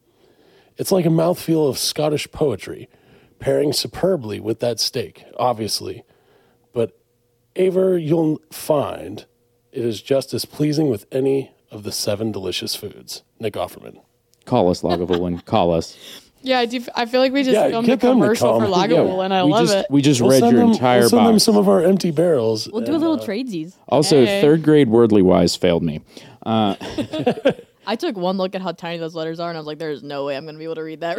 [SPEAKER 2] It's like a mouthfeel of Scottish poetry, pairing superbly with that steak, obviously. But Aver, you'll find it is just as pleasing with any of the seven delicious foods. Nick Offerman.
[SPEAKER 3] Call us, Lagavulin. Call us.
[SPEAKER 4] yeah, I do. I feel like we just
[SPEAKER 2] Yeah,
[SPEAKER 4] filmed a
[SPEAKER 2] get them to
[SPEAKER 4] commercial
[SPEAKER 2] come.
[SPEAKER 4] for Lagavulin, and I
[SPEAKER 3] we
[SPEAKER 4] love
[SPEAKER 3] just,
[SPEAKER 4] it.
[SPEAKER 3] We just
[SPEAKER 2] We'll
[SPEAKER 3] read
[SPEAKER 2] send
[SPEAKER 3] your
[SPEAKER 2] them-
[SPEAKER 3] entire
[SPEAKER 2] we'll send them
[SPEAKER 3] box.
[SPEAKER 2] some of our empty barrels.
[SPEAKER 1] We'll do a
[SPEAKER 2] and,
[SPEAKER 1] little tradesies.
[SPEAKER 3] also,
[SPEAKER 4] Hey.
[SPEAKER 3] third grade wordly wise failed me.
[SPEAKER 1] I took one look at how tiny those letters are, and I was like, "There's no way I'm going to be able to read that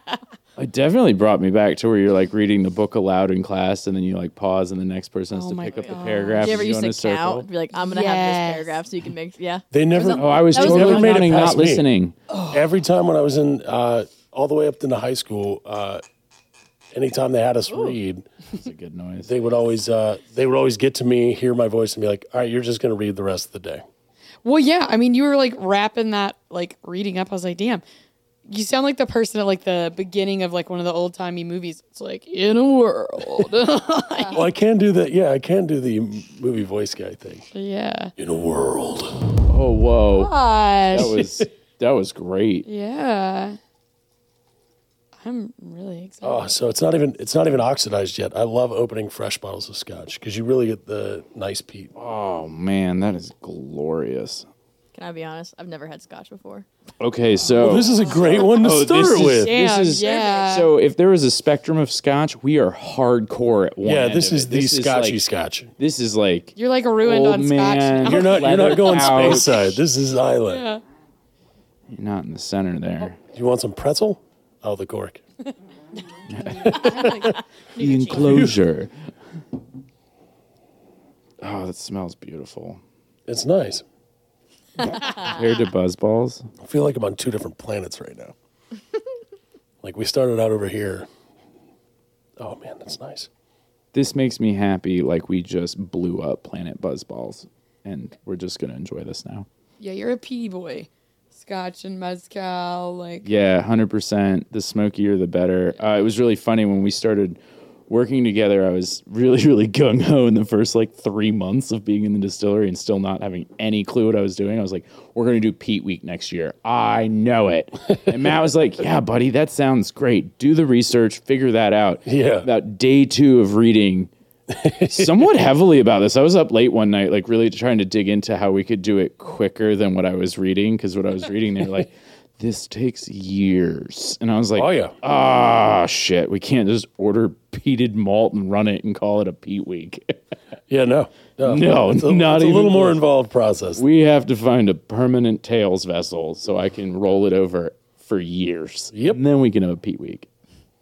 [SPEAKER 1] right."
[SPEAKER 3] It definitely brought me back to where you're like reading the book aloud in class, and then you like pause, and the next person has
[SPEAKER 4] Oh
[SPEAKER 3] to
[SPEAKER 4] my
[SPEAKER 3] pick up the
[SPEAKER 4] God.
[SPEAKER 3] paragraph.
[SPEAKER 1] Did you ever
[SPEAKER 3] and
[SPEAKER 1] used
[SPEAKER 3] go
[SPEAKER 1] to
[SPEAKER 3] in a circle.
[SPEAKER 1] count? Be like, "I'm going to have
[SPEAKER 4] Yes.
[SPEAKER 1] this paragraph, so you can make." Yeah,
[SPEAKER 2] They never.
[SPEAKER 1] There's a-
[SPEAKER 3] Oh, I was
[SPEAKER 1] That was
[SPEAKER 3] totally
[SPEAKER 1] never made it
[SPEAKER 3] counting, not
[SPEAKER 2] past me.
[SPEAKER 3] listening.
[SPEAKER 2] Every time when I was in, uh, all the way up into high school, uh, anytime they had us read,
[SPEAKER 3] That's a good noise.
[SPEAKER 2] they would always uh, they would always get to me, hear my voice, and be like, "All right, you're just going to read the rest of the day."
[SPEAKER 4] Well, yeah. I mean, you were like wrapping that, like reading up. I was like, damn, you sound like the person at like the beginning of like one of the old timey movies. It's like in a world.
[SPEAKER 2] Well, I can do that. Yeah, I can do the movie voice guy thing.
[SPEAKER 4] yeah.
[SPEAKER 2] In a world.
[SPEAKER 3] Oh, whoa.
[SPEAKER 4] Gosh.
[SPEAKER 3] That was that was great.
[SPEAKER 4] yeah. I'm really excited.
[SPEAKER 2] Oh, so it's not even it's not even oxidized yet. I love opening fresh bottles of scotch because you really get the nice peat.
[SPEAKER 3] Oh man, that is glorious.
[SPEAKER 1] can I be honest? I've never had scotch before.
[SPEAKER 3] Okay, so
[SPEAKER 2] This is a great one to
[SPEAKER 3] Oh,
[SPEAKER 2] start
[SPEAKER 3] this is,
[SPEAKER 2] with.
[SPEAKER 3] this
[SPEAKER 4] Damn,
[SPEAKER 3] is-
[SPEAKER 4] yeah.
[SPEAKER 3] So if there is a spectrum of scotch, we are hardcore at one.
[SPEAKER 2] yeah,
[SPEAKER 3] end
[SPEAKER 2] this
[SPEAKER 3] of
[SPEAKER 2] is
[SPEAKER 3] it.
[SPEAKER 2] the
[SPEAKER 3] This
[SPEAKER 2] scotchy
[SPEAKER 3] like-
[SPEAKER 2] scotch.
[SPEAKER 3] This is like
[SPEAKER 4] You're like ruined
[SPEAKER 3] old
[SPEAKER 4] on
[SPEAKER 3] man.
[SPEAKER 4] scotch.
[SPEAKER 2] You're not you're
[SPEAKER 3] leather
[SPEAKER 2] not going
[SPEAKER 3] couch.
[SPEAKER 2] space side. This is island.
[SPEAKER 4] Yeah.
[SPEAKER 3] You're not in the center there.
[SPEAKER 2] You want some pretzel? Oh, the cork.
[SPEAKER 3] The enclosure. Oh, that smells beautiful.
[SPEAKER 2] It's nice.
[SPEAKER 3] Compared to buzzballs,
[SPEAKER 2] I feel like I'm on two different planets right now. like we started out over here. Oh man, that's nice.
[SPEAKER 3] this makes me happy. Like we just blew up Planet Buzzballs, and we're just gonna enjoy this now.
[SPEAKER 4] Yeah, you're a pea boy. Scotch and mezcal, like
[SPEAKER 3] Yeah, hundred percent. The smokier, the better. Uh, it was really funny when we started working together. I was really, really gung ho in the first like three months of being in the distillery and still not having any clue what I was doing. I was like, "We're gonna do Pete Week next year. I know it." and Matt was like, "Yeah, buddy, that sounds great. Do the research, figure that out."
[SPEAKER 2] Yeah.
[SPEAKER 3] About day two of reading. somewhat heavily about this. I was up late one night, like really trying to dig into how we could do it quicker than what I was reading. Cause what I was reading, they were like, this takes years. And I was like,
[SPEAKER 2] Oh yeah.
[SPEAKER 3] ah, shit. We can't just order peated malt and run it and call it a peat week.
[SPEAKER 2] Yeah, no. No,
[SPEAKER 3] No,
[SPEAKER 2] it's a,
[SPEAKER 3] not
[SPEAKER 2] it's
[SPEAKER 3] even
[SPEAKER 2] a little more
[SPEAKER 3] close.
[SPEAKER 2] involved process.
[SPEAKER 3] we have to find a permanent tails vessel so I can roll it over for years.
[SPEAKER 2] Yep.
[SPEAKER 3] And then we can have a peat week.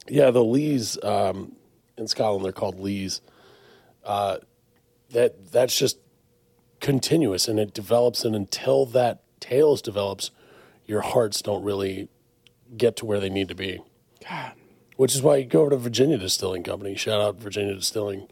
[SPEAKER 2] Yeah, the lees um, in Scotland they're called lees. Uh, that that's just continuous, and it develops, and until that tails develops, your hearts don't really get to where they need to be. God, which is why you go over to Virginia Distilling Company. Shout out Virginia Distilling.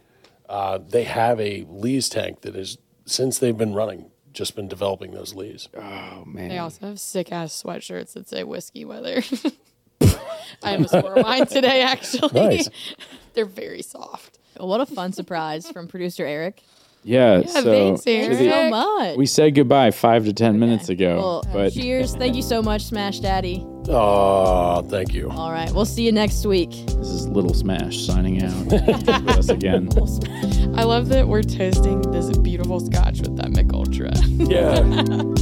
[SPEAKER 2] Uh, they have a lees tank that is since they've been running, just been developing those lees.
[SPEAKER 3] Oh, man.
[SPEAKER 4] They also have sick ass sweatshirts that say whiskey weather. I almost wore mine today, actually.
[SPEAKER 2] Nice.
[SPEAKER 4] They're very soft.
[SPEAKER 1] Well, What a fun surprise from producer Eric.
[SPEAKER 3] yeah.
[SPEAKER 4] Yeah,
[SPEAKER 3] so
[SPEAKER 4] thanks,
[SPEAKER 1] Thanks
[SPEAKER 4] Eric.
[SPEAKER 1] so much.
[SPEAKER 3] we said goodbye five to 10 minutes ago.
[SPEAKER 1] Well,
[SPEAKER 3] but
[SPEAKER 1] cheers. Thank you so much, Smash Daddy.
[SPEAKER 2] Oh, thank you.
[SPEAKER 1] All right, we'll see you next week.
[SPEAKER 3] this is Little Smash signing out. with us again.
[SPEAKER 4] I love that we're toasting this beautiful scotch with that Mick Ultra.
[SPEAKER 2] Yeah.